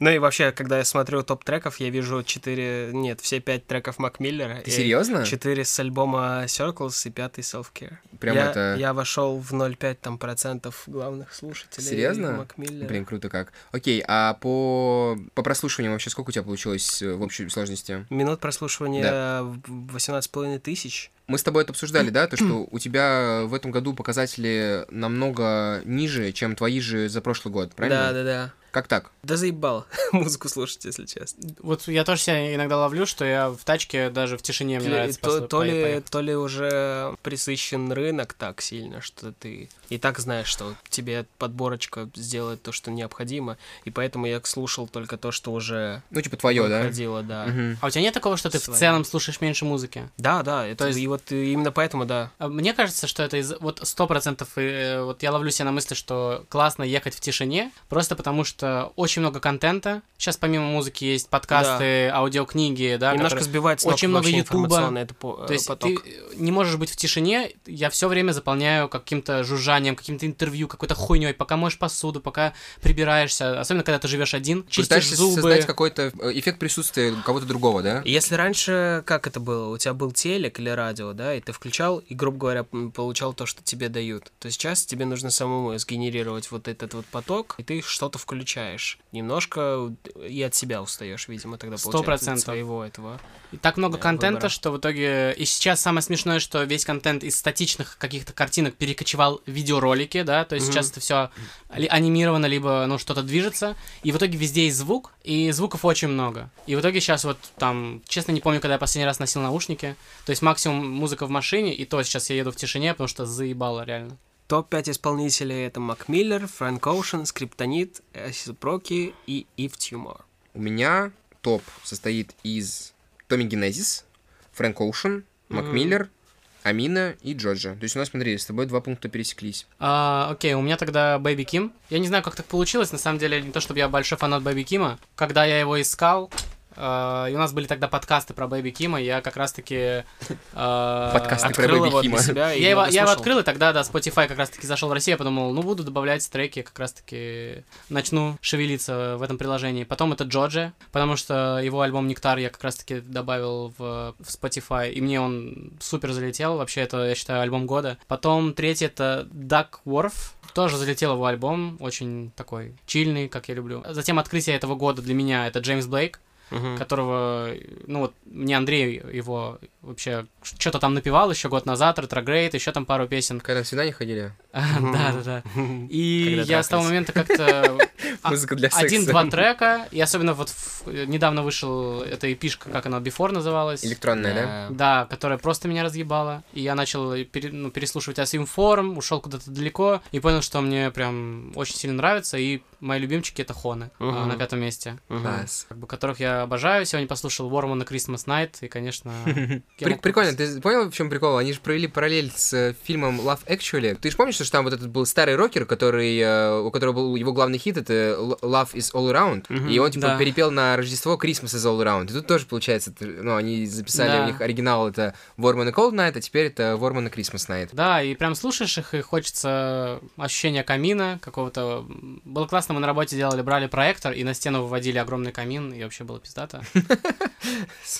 Speaker 1: Ну и вообще, когда я смотрю топ треков, я вижу четыре... Нет, все пять треков Макмиллера.
Speaker 3: Ты
Speaker 1: и
Speaker 3: серьезно?
Speaker 1: Четыре с альбома Circles и пятый Self Care.
Speaker 3: Прям
Speaker 1: я,
Speaker 3: это...
Speaker 1: Я вошел в 0,5 там процентов главных слушателей.
Speaker 3: Серьезно?
Speaker 1: Макмиллера.
Speaker 3: Блин, круто как. Окей, а по, по прослушиванию вообще сколько у тебя получилось э, в общей сложности?
Speaker 1: Минут прослушивания восемнадцать 18,5 тысяч.
Speaker 3: Мы с тобой это обсуждали, да, то, что у тебя в этом году показатели намного ниже, чем твои же за прошлый год, правильно?
Speaker 1: Да, да, да.
Speaker 3: Как так?
Speaker 1: Да заебал музыку слушать, если честно.
Speaker 2: смешно. Вот я тоже себя иногда ловлю, что я в тачке даже в тишине мне
Speaker 1: Или
Speaker 2: нравится.
Speaker 1: то,
Speaker 2: послу-
Speaker 1: то
Speaker 2: поехать.
Speaker 1: ли, то ли уже присыщен рынок так сильно, что ты и так знаешь, что тебе подборочка сделает то, что необходимо, и поэтому я слушал только то, что уже
Speaker 3: Ну, типа твое, да?
Speaker 1: выходило, да.
Speaker 3: Мгм.
Speaker 2: А у тебя нет такого, что ты в
Speaker 1: Своё.
Speaker 2: целом слушаешь меньше музыки?
Speaker 1: Да, да, это,
Speaker 2: То есть-
Speaker 1: и вот именно поэтому, да.
Speaker 2: А Мне кажется, что это из... Вот сто процентов, э, вот я ловлю себя на мысли, что классно ехать в тишине, просто потому что очень много контента. Сейчас помимо музыки есть подкасты, аудиокниги, да,
Speaker 1: Немножко
Speaker 2: которые-
Speaker 1: сбивает с ног
Speaker 2: очень много
Speaker 1: вообще
Speaker 2: Ютуба.
Speaker 1: информационный это по-
Speaker 2: То есть
Speaker 1: поток.
Speaker 2: ты э, не можешь быть в тишине, я все время заполняю каким-то жужжанием, каким-то интервью, какой-то хуйней, пока моешь посуду, пока прибираешься, особенно когда ты живешь один, чистишь
Speaker 3: Пытаешься
Speaker 2: зубы.
Speaker 3: создать какой-то э, эффект присутствия кого-то другого, да?
Speaker 1: Если раньше, как это было, у тебя был телек или радио, да, и ты включал и, грубо говоря, м, получал то, что тебе дают, то сейчас тебе нужно самому сгенерировать вот этот вот поток, и ты что-то включаешь. Немножко и от себя устаешь, видимо, тогда
Speaker 2: Сто
Speaker 1: получается, от
Speaker 2: процентов.
Speaker 1: своего этого.
Speaker 2: И так много
Speaker 1: э,
Speaker 2: контента,
Speaker 1: выбора.
Speaker 2: что в итоге... И сейчас самое смешное, что весь контент из статичных каких-то картинок перекочевал в видеоролики, да, то есть
Speaker 1: Мгм.
Speaker 2: сейчас это все анимировано, либо, ну, что-то движется, и в итоге везде есть звук, и звуков очень много. И в итоге сейчас вот там, честно, не помню, когда я последний раз носил наушники, то есть максимум музыка в машине, и то сейчас я еду в тишине, потому что заебало реально.
Speaker 1: Топ-5 исполнителей это Мак Миллер, Фрэнк Оушен, Скриптонит, Acid Проки и Ив Тьюмор.
Speaker 3: У меня топ состоит из Томми Генезис, Фрэнк Оушен, Мак
Speaker 1: Мгм.
Speaker 3: Миллер, Амина и Джорджа. То есть у нас, смотри, с тобой два пункта пересеклись.
Speaker 2: А, окей, у меня тогда Бэби Ким. Я не знаю, как так получилось. На самом деле, не то чтобы я большой фанат Бэби Кима. Когда я его искал, а, и у нас были тогда подкасты про Бэби Кима, я как раз-таки... а,
Speaker 3: Подкасты. Ты про
Speaker 1: Открыл
Speaker 3: Бэби
Speaker 1: его для
Speaker 3: Хима.
Speaker 1: себя и
Speaker 2: Я его,
Speaker 1: много
Speaker 2: я его
Speaker 1: слушал.
Speaker 2: открыл, и тогда, да, Spotify как раз-таки зашел в Россию, я подумал, ну, буду добавлять треки, как раз-таки начну шевелиться в этом приложении. Потом это Джорджи, потому что его альбом «Нектар» я как раз-таки добавил в, в Spotify, и мне он супер залетел. Вообще, это, я считаю, альбом года. Потом третий — это Duckworth. Тоже залетел его альбом, очень такой чильный, как я люблю. Затем открытие этого года для меня — это Джеймс Блейк
Speaker 1: Мгм.
Speaker 2: которого, ну вот, мне Андрей его вообще что-то там напевал еще год назад, ретрогрейд, еще там пару песен.
Speaker 3: Когда на свидание ходили?
Speaker 2: Да, да, да. И
Speaker 1: Когда
Speaker 2: я с того
Speaker 1: трахались.
Speaker 2: момента как-то А-
Speaker 3: Музыка для секса.
Speaker 2: один-два трека, и особенно вот в- недавно вышел эта эпишка, как она, Before называлась.
Speaker 3: Электронная, да?
Speaker 2: Да, которая просто меня разъебала. И я начал пере- ну, переслушивать Асимформ, ушел куда-то далеко и понял, что мне прям очень сильно нравится. И мои любимчики это Хоны а,
Speaker 1: Мгм.
Speaker 2: на пятом месте.
Speaker 1: Мгм.
Speaker 3: Класс.
Speaker 2: как бы которых я обожаю. Сегодня послушал Вормана Christmas Night, и, конечно... я
Speaker 3: При-
Speaker 2: мог-
Speaker 3: прикольно, ты понял, в чем прикол? Они же провели параллель с э, фильмом Love Actually. Ты же помнишь, что там вот этот был старый рокер, который, э, у которого был его главный хит, это L- Love is All Around,
Speaker 1: Мгм,
Speaker 3: и он типа
Speaker 2: да.
Speaker 3: перепел на Рождество Christmas is All Around. И тут тоже получается, ты- ну, они записали
Speaker 2: Да.
Speaker 3: у них оригинал, это Warman and Cold Night, а теперь это Warman and Christmas Night.
Speaker 2: Да, и прям слушаешь их, и хочется ощущения камина какого-то. Было классно, мы на работе делали, брали проектор, и на стену выводили огромный камин, и вообще было пиздато.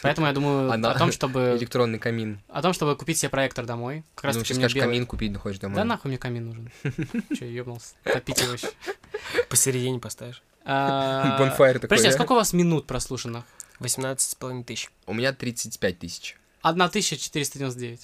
Speaker 2: Поэтому я думаю
Speaker 3: Она-
Speaker 2: о том, чтобы...
Speaker 3: Электронный камин.
Speaker 2: О том, чтобы купить себе проектор домой. Как раз
Speaker 3: ну,
Speaker 2: таки
Speaker 3: сейчас
Speaker 2: мне
Speaker 3: скажешь,
Speaker 2: белый.
Speaker 3: камин купить ну, хочешь домой.
Speaker 2: Да нахуй мне камин нужен. Че, ёбнулся. Топить его еще.
Speaker 1: Посередине поставишь.
Speaker 2: А,
Speaker 3: Bonfire такой,
Speaker 2: Подожди, а
Speaker 3: да?
Speaker 2: сколько у вас минут прослушано?
Speaker 1: 18,5 тысяч.
Speaker 3: У меня 35 тысяч.
Speaker 2: 1499.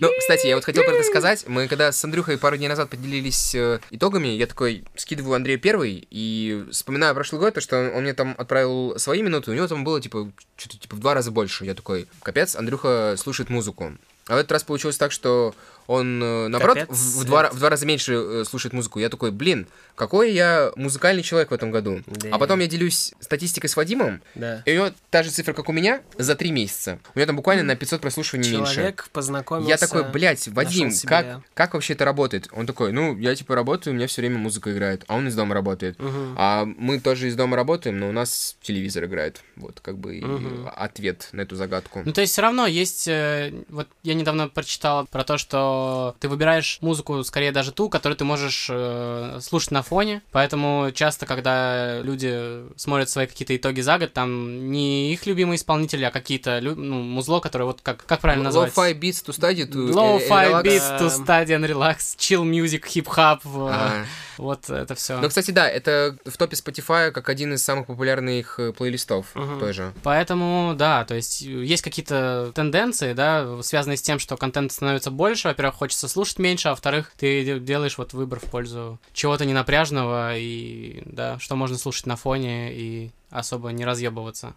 Speaker 3: Ну, кстати, я вот хотел про это сказать. Мы когда с Андрюхой пару дней назад поделились э, итогами, я такой скидываю Андрею первый и вспоминаю прошлый год, то, что он, он мне там отправил свои минуты, у него там было, типа, что-то типа в два раза больше. Я такой, капец, Андрюха слушает музыку. А в этот раз получилось так, что он, э, наоборот,
Speaker 1: Капец,
Speaker 3: в, в два, ра- в два раза меньше э, слушает музыку. Я такой, блин, какой я музыкальный человек в этом году.
Speaker 1: Да.
Speaker 3: А потом я делюсь статистикой с Вадимом,
Speaker 1: Да.
Speaker 3: и у него та же цифра, как у меня, за три месяца. У него там буквально на 500 прослушиваний меньше.
Speaker 1: Человек познакомился.
Speaker 3: Я такой, блядь, Вадим,
Speaker 1: нашел себе-
Speaker 3: как, как вообще это работает? Он такой, ну, я типа работаю, у меня все время музыка играет, а он из дома работает.
Speaker 1: Мгм.
Speaker 3: А мы тоже из дома работаем, но у нас телевизор играет. Вот как бы и
Speaker 1: Мгм.
Speaker 3: ответ на эту загадку.
Speaker 2: Ну, то есть все равно есть... э, вот я недавно прочитал про то, что ты выбираешь музыку, скорее даже ту, которую ты можешь э, слушать на фоне. Поэтому часто, когда люди смотрят свои какие-то итоги за год, там не их любимые исполнители, а какие-то лю- ну, музло, которые вот как, как правильно назвать?
Speaker 3: Lo-fi beats to study to... э,
Speaker 2: Low-fi
Speaker 3: relax.
Speaker 2: beats to study and relax, chill music, hip-hop, э,
Speaker 3: А.
Speaker 2: вот это все.
Speaker 3: Ну, кстати, да, это в топе Spotify как один из самых популярных э, плейлистов
Speaker 1: Мгм.
Speaker 3: тоже.
Speaker 2: Поэтому, да, то есть э, есть какие-то тенденции, да, связанные с тем, что контент становится больше, во-первых, хочется слушать меньше, а во-вторых, ты де- делаешь вот выбор в пользу чего-то ненапряжного и, да, что можно слушать на фоне и особо не разъебываться.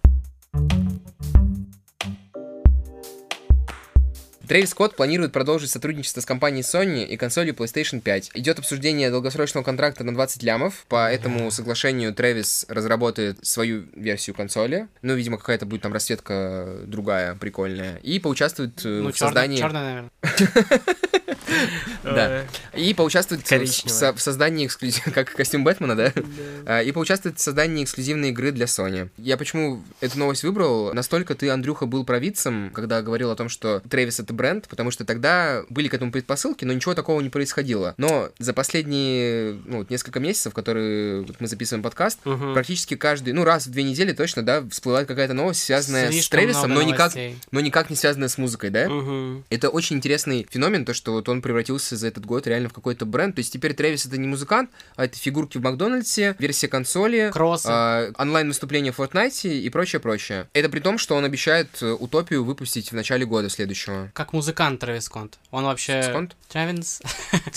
Speaker 3: Трейвис Скотт планирует продолжить сотрудничество с компанией Sony и консолью PlayStation 5. Идет обсуждение долгосрочного контракта на 20 лямов. По этому соглашению Трэвис разработает свою версию консоли. Ну, видимо, какая-то будет там расцветка другая, прикольная. И поучаствует э,
Speaker 2: ну,
Speaker 3: в создании...
Speaker 2: черный, наверное.
Speaker 3: Да.
Speaker 1: Э,
Speaker 3: И поучаствует в, в
Speaker 1: Коричневая.
Speaker 3: со- в создании эксклюзив... как костюм Бэтмена, да? А, И поучаствует в создании эксклюзивной игры для Sony. Я почему эту новость выбрал? Настолько ты, Андрюха, был провидцем, когда говорил о том, что Трэвис это бренд, потому что тогда были к этому предпосылки, но ничего такого не происходило. Но за последние ну, вот несколько месяцев, которые вот мы записываем подкаст,
Speaker 1: Мгм.
Speaker 3: практически каждый, ну раз в две недели точно, да, всплывает какая-то новость, связанная с
Speaker 2: Слишком
Speaker 3: Трэвисом, но
Speaker 2: много
Speaker 3: никак,
Speaker 2: новостей.
Speaker 3: но никак не связанная с музыкой, да?
Speaker 1: Мгм.
Speaker 3: Это очень интересный феномен, то, что вот он превратился за этот год реально в какой-то бренд. То есть теперь Трэвис это не музыкант, а это фигурки в Макдональдсе, версия консоли,
Speaker 2: Кроссы.
Speaker 3: а, онлайн-выступления в Fortnite и прочее-прочее. Это при том, что он обещает э, Утопию выпустить в начале года следующего.
Speaker 2: Как музыкант Трэвис Конт. Он вообще...
Speaker 3: Сконт?
Speaker 2: Трэвис?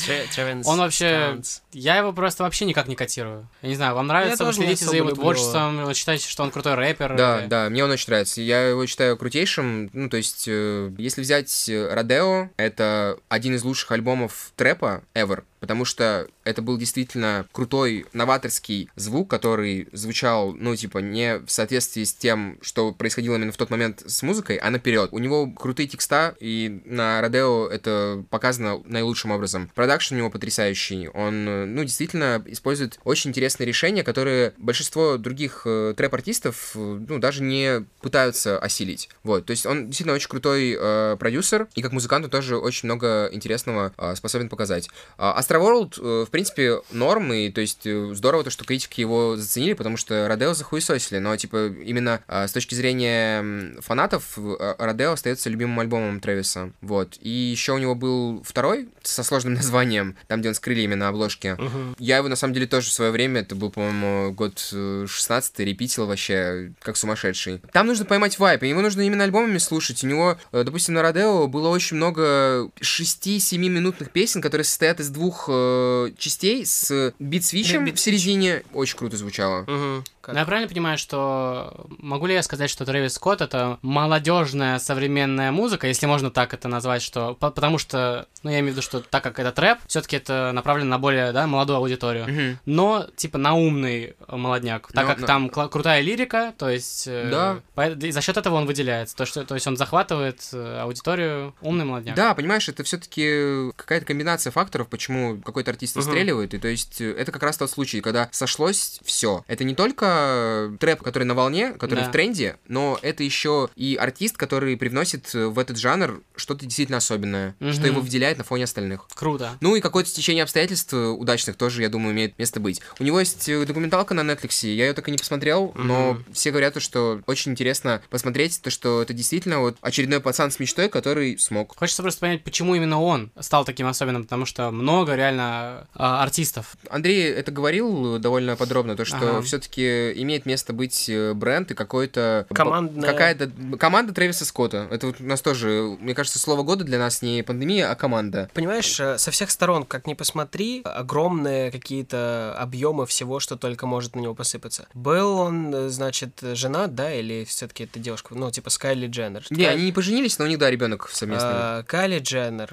Speaker 1: Тре- Тревенс
Speaker 2: Он вообще-
Speaker 1: Транс.
Speaker 2: Я его просто вообще никак не котирую. Я не знаю, вам нравится, вы
Speaker 1: тоже не
Speaker 2: следите за
Speaker 1: особо
Speaker 2: его
Speaker 1: люблю
Speaker 2: творчеством, вы считаете, что он крутой рэпер.
Speaker 3: Да,
Speaker 2: или-
Speaker 3: да, мне он очень нравится. Я его считаю крутейшим. Ну, то есть, э, если взять э, Родео, это один из лучших альбомов трэпа ever, потому что это был действительно крутой новаторский звук, который звучал, ну, типа, не в соответствии с тем, что происходило именно в тот момент с музыкой, а наперед. У него крутые текста, и на Родео это показано наилучшим образом. Продакшн у него потрясающий. Он, э, ну, действительно использует очень интересные решения, которые большинство других э, трэп-артистов, э, ну, даже не пытаются осилить. Вот, то есть он действительно очень крутой э, продюсер, и как музыкант он тоже очень много интересного э, способен показать. А, Astroworld, э, в принципе, норм, и то есть э, здорово то, что критики его заценили, потому что Родео захуесосили, но, типа, именно э, с точки зрения м, фанатов э, Родео остается любимым альбомом Трэвиса, вот. И еще у него был второй со сложным названием, там, где он с крыльями на обложке.
Speaker 1: Мгм.
Speaker 3: Я его, на самом деле, тоже в свое время, это был, по-моему, год э, 16 репитил вообще, как сумасшедший. Там нужно поймать вайп, и его нужно именно альбомами слушать. У него, э, допустим, на Родео было очень много 6-7 минутных песен, которые состоят из двух э, частей с битсвичем
Speaker 1: Бит-
Speaker 3: в середине. Очень круто звучало.
Speaker 1: Мгм. Как?
Speaker 2: Ну, я правильно понимаю, что могу ли я сказать, что Трэвис Скотт это молодежная современная музыка, если можно так это назвать, что по- потому что, ну я имею в виду, что так как это трэп, все-таки это направлено на более да молодую аудиторию,
Speaker 3: Мгм.
Speaker 2: но типа на умный э, молодняк, так
Speaker 3: Ну,
Speaker 2: как
Speaker 3: ну.
Speaker 2: там кла- крутая лирика, то есть э,
Speaker 3: Да.
Speaker 2: по- и за счет этого он выделяется, то что, то есть он захватывает э, аудиторию умный молодняк.
Speaker 3: Да, понимаешь, это все-таки какая-то комбинация факторов, почему какой-то артист
Speaker 1: Мгм.
Speaker 3: выстреливает. И то есть э, это как раз тот случай, когда сошлось все. Это не только э, трэп, который на волне, который
Speaker 2: Да.
Speaker 3: в тренде, но это еще и артист, который привносит э, в этот жанр что-то действительно особенное, что
Speaker 2: Мгм.
Speaker 3: его выделяет на фоне остальных.
Speaker 2: Круто.
Speaker 3: Ну и какое-то стечение обстоятельств э, удачных тоже, я думаю, имеет место быть. У него есть э, документалка на Netflix, я ее так и не посмотрел, но
Speaker 1: Мгм.
Speaker 3: все говорят, то, что очень интересно посмотреть, то, что это действительно вот очередной пацан с мечтой, который смог.
Speaker 2: Хочется просто понять, почему именно он стал таким особенным, потому что много реально а, артистов.
Speaker 3: Андрей это говорил довольно подробно, то, что
Speaker 2: Ага.
Speaker 3: все-таки имеет место быть э, бренд и какой-то... бо-
Speaker 1: Командная-
Speaker 3: Какая-то команда Трэвиса Скотта. Это вот у нас тоже, мне кажется, слово года для нас не пандемия, а команда.
Speaker 1: Понимаешь, э, со всех сторон, как ни посмотри, огромные какие-то объемы всего, что только может на него посыпаться. Был он, э, значит, женат, да, или все-таки это девушка, ну, типа Скайли Дженнер.
Speaker 3: Не,
Speaker 1: Кай-
Speaker 3: они не поженились, но у них, да, ребенок совместный.
Speaker 1: А, Кайли Дженнер,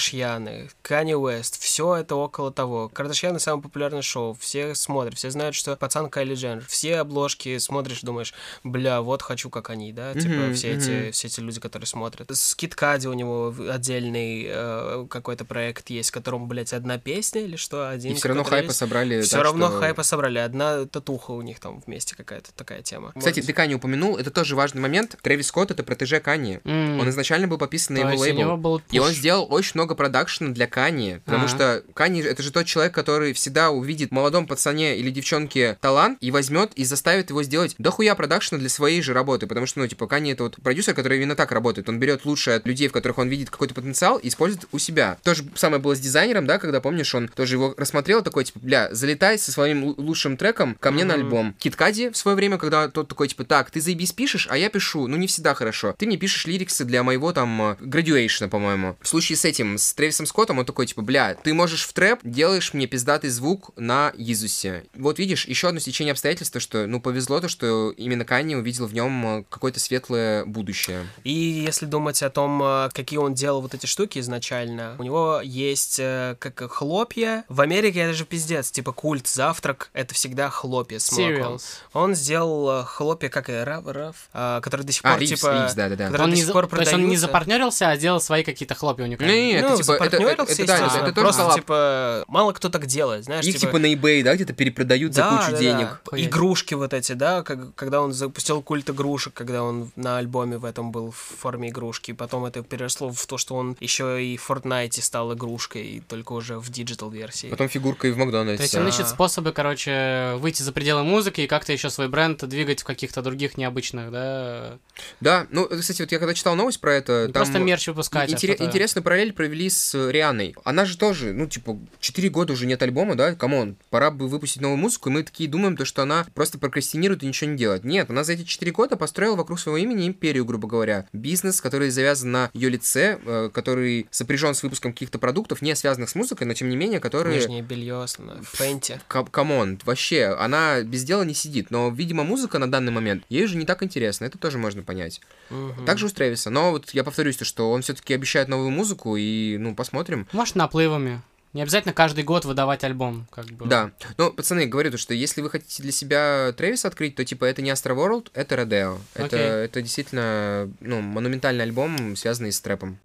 Speaker 1: Кардашьяны, Канни Уэст, все это около того. Кардашьяны самое популярное шоу, все смотрят, все знают, что пацан Кайли Дженнер. Все обложки смотришь, думаешь, бля, вот хочу, как они, да, типа
Speaker 3: Мгм,
Speaker 1: все эти
Speaker 3: мгм.
Speaker 1: все эти люди, которые смотрят. С Киткади у него в- отдельный э, какой-то проект есть, в котором, блядь, одна песня или что, один.
Speaker 3: и все равно
Speaker 1: какой-то
Speaker 3: хайпа
Speaker 1: релиз.
Speaker 3: собрали.
Speaker 1: Все
Speaker 3: так
Speaker 1: равно
Speaker 3: что-
Speaker 1: хайпа собрали, одна татуха у них там вместе какая-то такая тема.
Speaker 3: Кстати,
Speaker 1: Вот.
Speaker 3: ты Кани упомянул, это тоже важный момент. Трэвис Скотт — это протеже Кани. Он изначально был подписан на его лейбл.
Speaker 2: у него был
Speaker 3: И он
Speaker 2: пуш.
Speaker 3: сделал очень много продакшена для Кани, потому
Speaker 2: Ага.
Speaker 3: что Кани это же тот человек, который всегда увидит в молодом пацане или девчонке талант и возьмет и заставит его сделать дохуя продакшена для своей же работы, потому что, ну, типа, Кани это вот продюсер, который именно так работает, он берет лучшее от людей, в которых он видит какой-то потенциал и использует у себя. То же самое было с дизайнером, да, когда, помнишь, он тоже его рассмотрел, такой, типа, бля, залетай со своим лу- лучшим треком ко мне на
Speaker 1: Мгм.
Speaker 3: альбом. Киткади в свое время, когда тот такой, типа, так, ты заебись пишешь, а я пишу, ну, не всегда хорошо. Ты мне пишешь лириксы для моего, там, э, graduation, по-моему. В случае с этим, с Трэвисом Скоттом, он такой, типа, бля, ты можешь в трэп, делаешь мне пиздатый звук на Иисусе. Вот видишь, еще одно стечение обстоятельств, то, что, ну, повезло то, что именно Канни увидел в нем э, какое-то светлое будущее.
Speaker 1: И если думать о том, э, какие он делал вот эти штуки изначально, у него есть э, как хлопья. В Америке это же пиздец, типа культ завтрак, это всегда хлопья с молоком.
Speaker 2: Cereals.
Speaker 1: Он сделал э, хлопья, как и раф, раф, э, которые до сих пор
Speaker 3: А, Ривз,
Speaker 1: типа...
Speaker 3: Ривз, да-да-да.
Speaker 1: которые
Speaker 2: Он
Speaker 1: до
Speaker 2: не
Speaker 1: сих
Speaker 2: за-
Speaker 1: пор
Speaker 2: То есть он не
Speaker 1: продаются.
Speaker 2: запартнерился, а делал свои какие-то хлопья уникальные.
Speaker 3: Не, это
Speaker 1: ну,
Speaker 3: типа- это-
Speaker 1: запартнерился,
Speaker 3: это- это- да,
Speaker 1: естественно,
Speaker 2: это
Speaker 3: тоже
Speaker 1: просто,
Speaker 3: коллаб.
Speaker 1: типа, мало кто так делает, знаешь,
Speaker 3: Их, типа, на eBay, да, где-то перепродают за кучу
Speaker 1: да,
Speaker 3: денег.
Speaker 1: да.
Speaker 2: Охуеть.
Speaker 1: Игрушки вот эти, да, как- когда он запустил культ игрушек, когда он на альбоме в этом был в форме игрушки, потом это переросло в то, что он еще и в Fortnite стал игрушкой, только уже в диджитал версии.
Speaker 3: Потом фигуркой в Макдональдсе.
Speaker 2: То есть он
Speaker 1: Да.
Speaker 2: ищет способы, короче, выйти за пределы музыки и как-то еще свой бренд двигать в каких-то других необычных, да.
Speaker 3: Да, ну, кстати, вот я когда читал новость про это,
Speaker 2: Не Ну,
Speaker 3: там... э,
Speaker 2: Просто мерч выпускать. а
Speaker 3: Интере-
Speaker 2: что-то-
Speaker 3: Интересную параллель провели с э, Рианой. Она же тоже, ну, типа, 4 года уже нет альбома, да? Камон, пора бы выпустить новую музыку, и мы такие думаем, то, что она просто прокрастинирует и ничего не делает. Нет, она за эти 4 года построила вокруг своего имени империю, грубо говоря. Бизнес, который завязан на ее лице, э, который сопряжен с выпуском каких-то продуктов, не связанных с музыкой, но тем не менее, которые...
Speaker 1: Нижнее белье, основное, фэнти.
Speaker 3: Ка- Камон, вообще, она без дела не сидит, но, видимо, музыка на данный момент ей уже не так интересна, это тоже можно понять.
Speaker 1: Мгм.
Speaker 3: Также у Трэвиса, но вот я повторюсь, то, что он все-таки обещает новую музыку, и, ну, посмотрим.
Speaker 2: Может, наплывами. Не обязательно каждый год выдавать альбом, как бы.
Speaker 3: Да, но, пацаны, говорю то, что если вы хотите для себя Трэвиса открыть, то, типа, это не Astroworld, это Родео. Это,
Speaker 2: Окей.
Speaker 3: это действительно, ну, монументальный альбом, связанный с трэпом.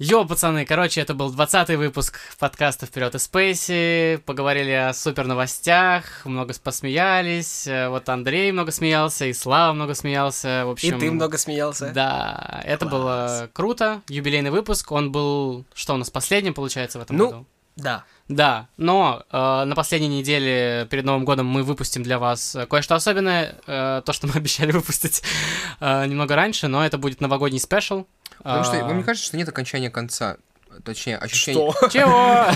Speaker 2: Йо, пацаны, короче, это был 20-й выпуск подкаста «Вперед и Спейси». Поговорили о супер новостях, много с- посмеялись. Э, Вот Андрей много смеялся, и Слава много смеялся. В
Speaker 1: И
Speaker 2: общем,
Speaker 1: ты много смеялся.
Speaker 2: Да, это
Speaker 1: Класс.
Speaker 2: было круто. Юбилейный выпуск, он был, что у нас последний получается в этом
Speaker 1: Ну,
Speaker 2: году?
Speaker 1: Да.
Speaker 2: Да, но э, на последней неделе перед Новым годом мы выпустим для вас э, кое-что особенное, э, то, что мы обещали выпустить э, немного раньше, но это будет новогодний спешл.
Speaker 3: Потому что,
Speaker 2: А,
Speaker 3: вам не кажется, что нет окончания конца? Точнее, ощущение...
Speaker 1: Что?
Speaker 2: Чего?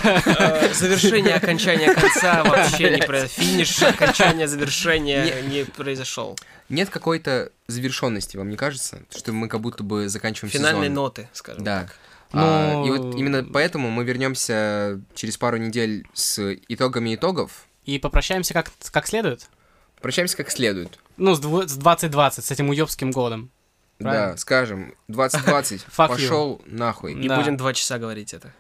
Speaker 1: Э, Завершение, окончание конца вообще не произошло. Финиш, окончание, завершение не произошел.
Speaker 3: Нет какой-то завершенности, вам не кажется? Что мы как будто бы заканчиваем
Speaker 1: Финальные
Speaker 3: сезон?
Speaker 1: ноты, скажем
Speaker 3: Да.
Speaker 1: так.
Speaker 3: А,
Speaker 2: Ну,
Speaker 3: и вот именно поэтому мы вернемся через пару недель с итогами итогов.
Speaker 2: И попрощаемся как, как следует.
Speaker 3: Прощаемся как следует.
Speaker 2: Ну, с дву- с 2020, с этим уебским годом. Правильно.
Speaker 3: Да, скажем, 2020
Speaker 2: Fuck you.
Speaker 3: пошел нахуй.
Speaker 1: И
Speaker 2: Да.
Speaker 1: будем два часа говорить это.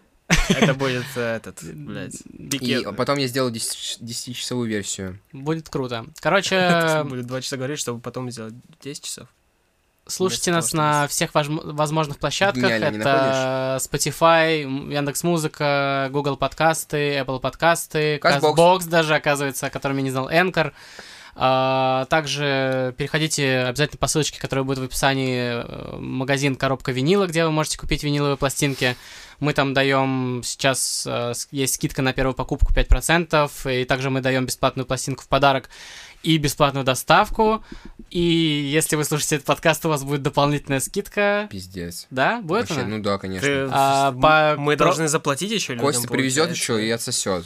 Speaker 1: Это будет э, этот, блядь,
Speaker 3: И
Speaker 1: пикет.
Speaker 3: потом я сделал 10 10-часовую версию.
Speaker 2: Будет круто. Короче,
Speaker 1: Э, Будет два часа говорить, чтобы потом сделать 10 часов. Вместо
Speaker 2: Слушайте нас
Speaker 1: того, чтобы
Speaker 2: на всех возм- возможных площадках.
Speaker 3: Гениально, не
Speaker 2: это Spotify, м, Яндекс.Музыка, Google подкасты, Apple подкасты,
Speaker 3: Castbox.
Speaker 2: Castbox даже, оказывается, о котором я не знал, Anchor. А, также переходите обязательно по ссылочке, которая будет в описании, э, магазин «Коробка винила», где вы можете купить виниловые пластинки. Мы там даем сейчас, э, с- есть скидка на первую покупку 5%, и также мы даем бесплатную пластинку в подарок. и бесплатную доставку. И если вы слушаете этот подкаст, у вас будет дополнительная скидка.
Speaker 3: Пиздец.
Speaker 2: Да, будет
Speaker 3: Вообще,
Speaker 2: она?
Speaker 3: ну да, конечно.
Speaker 1: Ты-
Speaker 2: А, по-
Speaker 1: Мы
Speaker 2: про-
Speaker 1: должны заплатить еще людям,
Speaker 3: Костя привезет
Speaker 1: получается.
Speaker 3: еще и отсосет.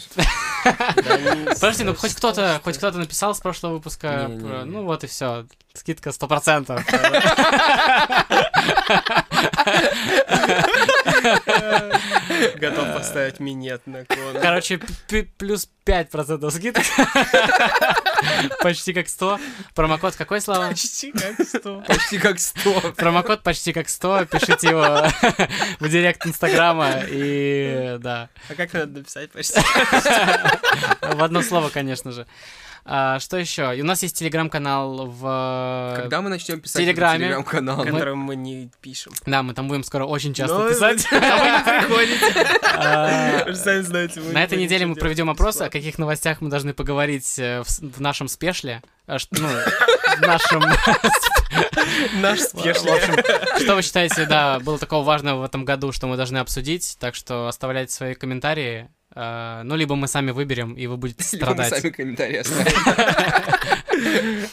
Speaker 2: Подожди, ну хоть кто-то, хоть кто-то написал с прошлого выпуска,
Speaker 1: Не-не-не.
Speaker 2: про- ну вот и все, скидка 100%. процентов.
Speaker 1: Готов поставить минет на кон.
Speaker 2: Э, Короче, п- п- плюс 5% скидка. Почти как 100. Промокод какой, Слава?
Speaker 1: Почти как сто.
Speaker 3: Почти как сто.
Speaker 2: Промокод почти как 100, пишите его в директ Инстаграма и да,
Speaker 1: А как надо написать почти?
Speaker 2: в одно слово, конечно же. А, что еще? И у нас есть телеграм-канал в...
Speaker 3: Когда мы начнем писать в
Speaker 2: Телеграме.
Speaker 3: телеграм-канал?
Speaker 1: Которым мы не пишем.
Speaker 2: Да, мы там будем скоро очень часто
Speaker 3: Ну,
Speaker 1: Но
Speaker 2: писать. А,
Speaker 1: Вы же сами знаете. мы
Speaker 2: На этой
Speaker 1: будем
Speaker 2: неделе
Speaker 1: ничего
Speaker 2: мы
Speaker 1: делать.
Speaker 2: проведем опрос, о каких новостях мы должны поговорить э, в с- в нашем спешле. А, ш- Ну, в нашем...
Speaker 1: Наш
Speaker 2: В
Speaker 1: спешный.
Speaker 2: общем, что вы считаете, да, было такого важного в этом году, что мы должны обсудить? Так что оставляйте свои комментарии. Э, Ну, либо мы сами выберем, и вы будете
Speaker 3: Либо мы
Speaker 2: страдать.
Speaker 3: сами комментарии оставим.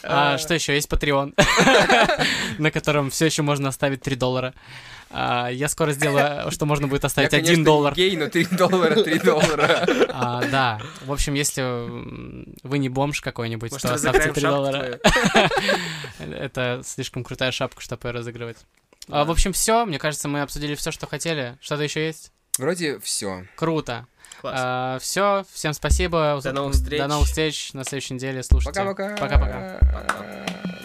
Speaker 2: А, что еще? Есть Patreon, на котором все еще можно оставить 3 доллара. А, Я скоро сделаю, что можно будет
Speaker 3: Я,
Speaker 2: оставить
Speaker 3: конечно,
Speaker 2: 1
Speaker 3: не
Speaker 2: доллар.
Speaker 3: гей, но 3 доллара, 3 доллара.
Speaker 2: А, Да. В общем, если м, вы не бомж какой-нибудь,
Speaker 1: Может,
Speaker 2: то оставьте
Speaker 1: разыграем
Speaker 2: 3
Speaker 1: шапку
Speaker 2: доллара.
Speaker 1: твою?
Speaker 2: Это слишком крутая шапка, чтобы ее разыгрывать. А, В общем, все. Мне кажется, мы обсудили все, что хотели. Что-то еще есть?
Speaker 3: Вроде все.
Speaker 2: Круто.
Speaker 1: Класс.
Speaker 2: все, А, всем спасибо.
Speaker 1: До новых встреч.
Speaker 2: До новых встреч на следующей неделе. Слушайте.
Speaker 3: Пока-пока.
Speaker 2: Пока-пока.
Speaker 3: Пока-пока.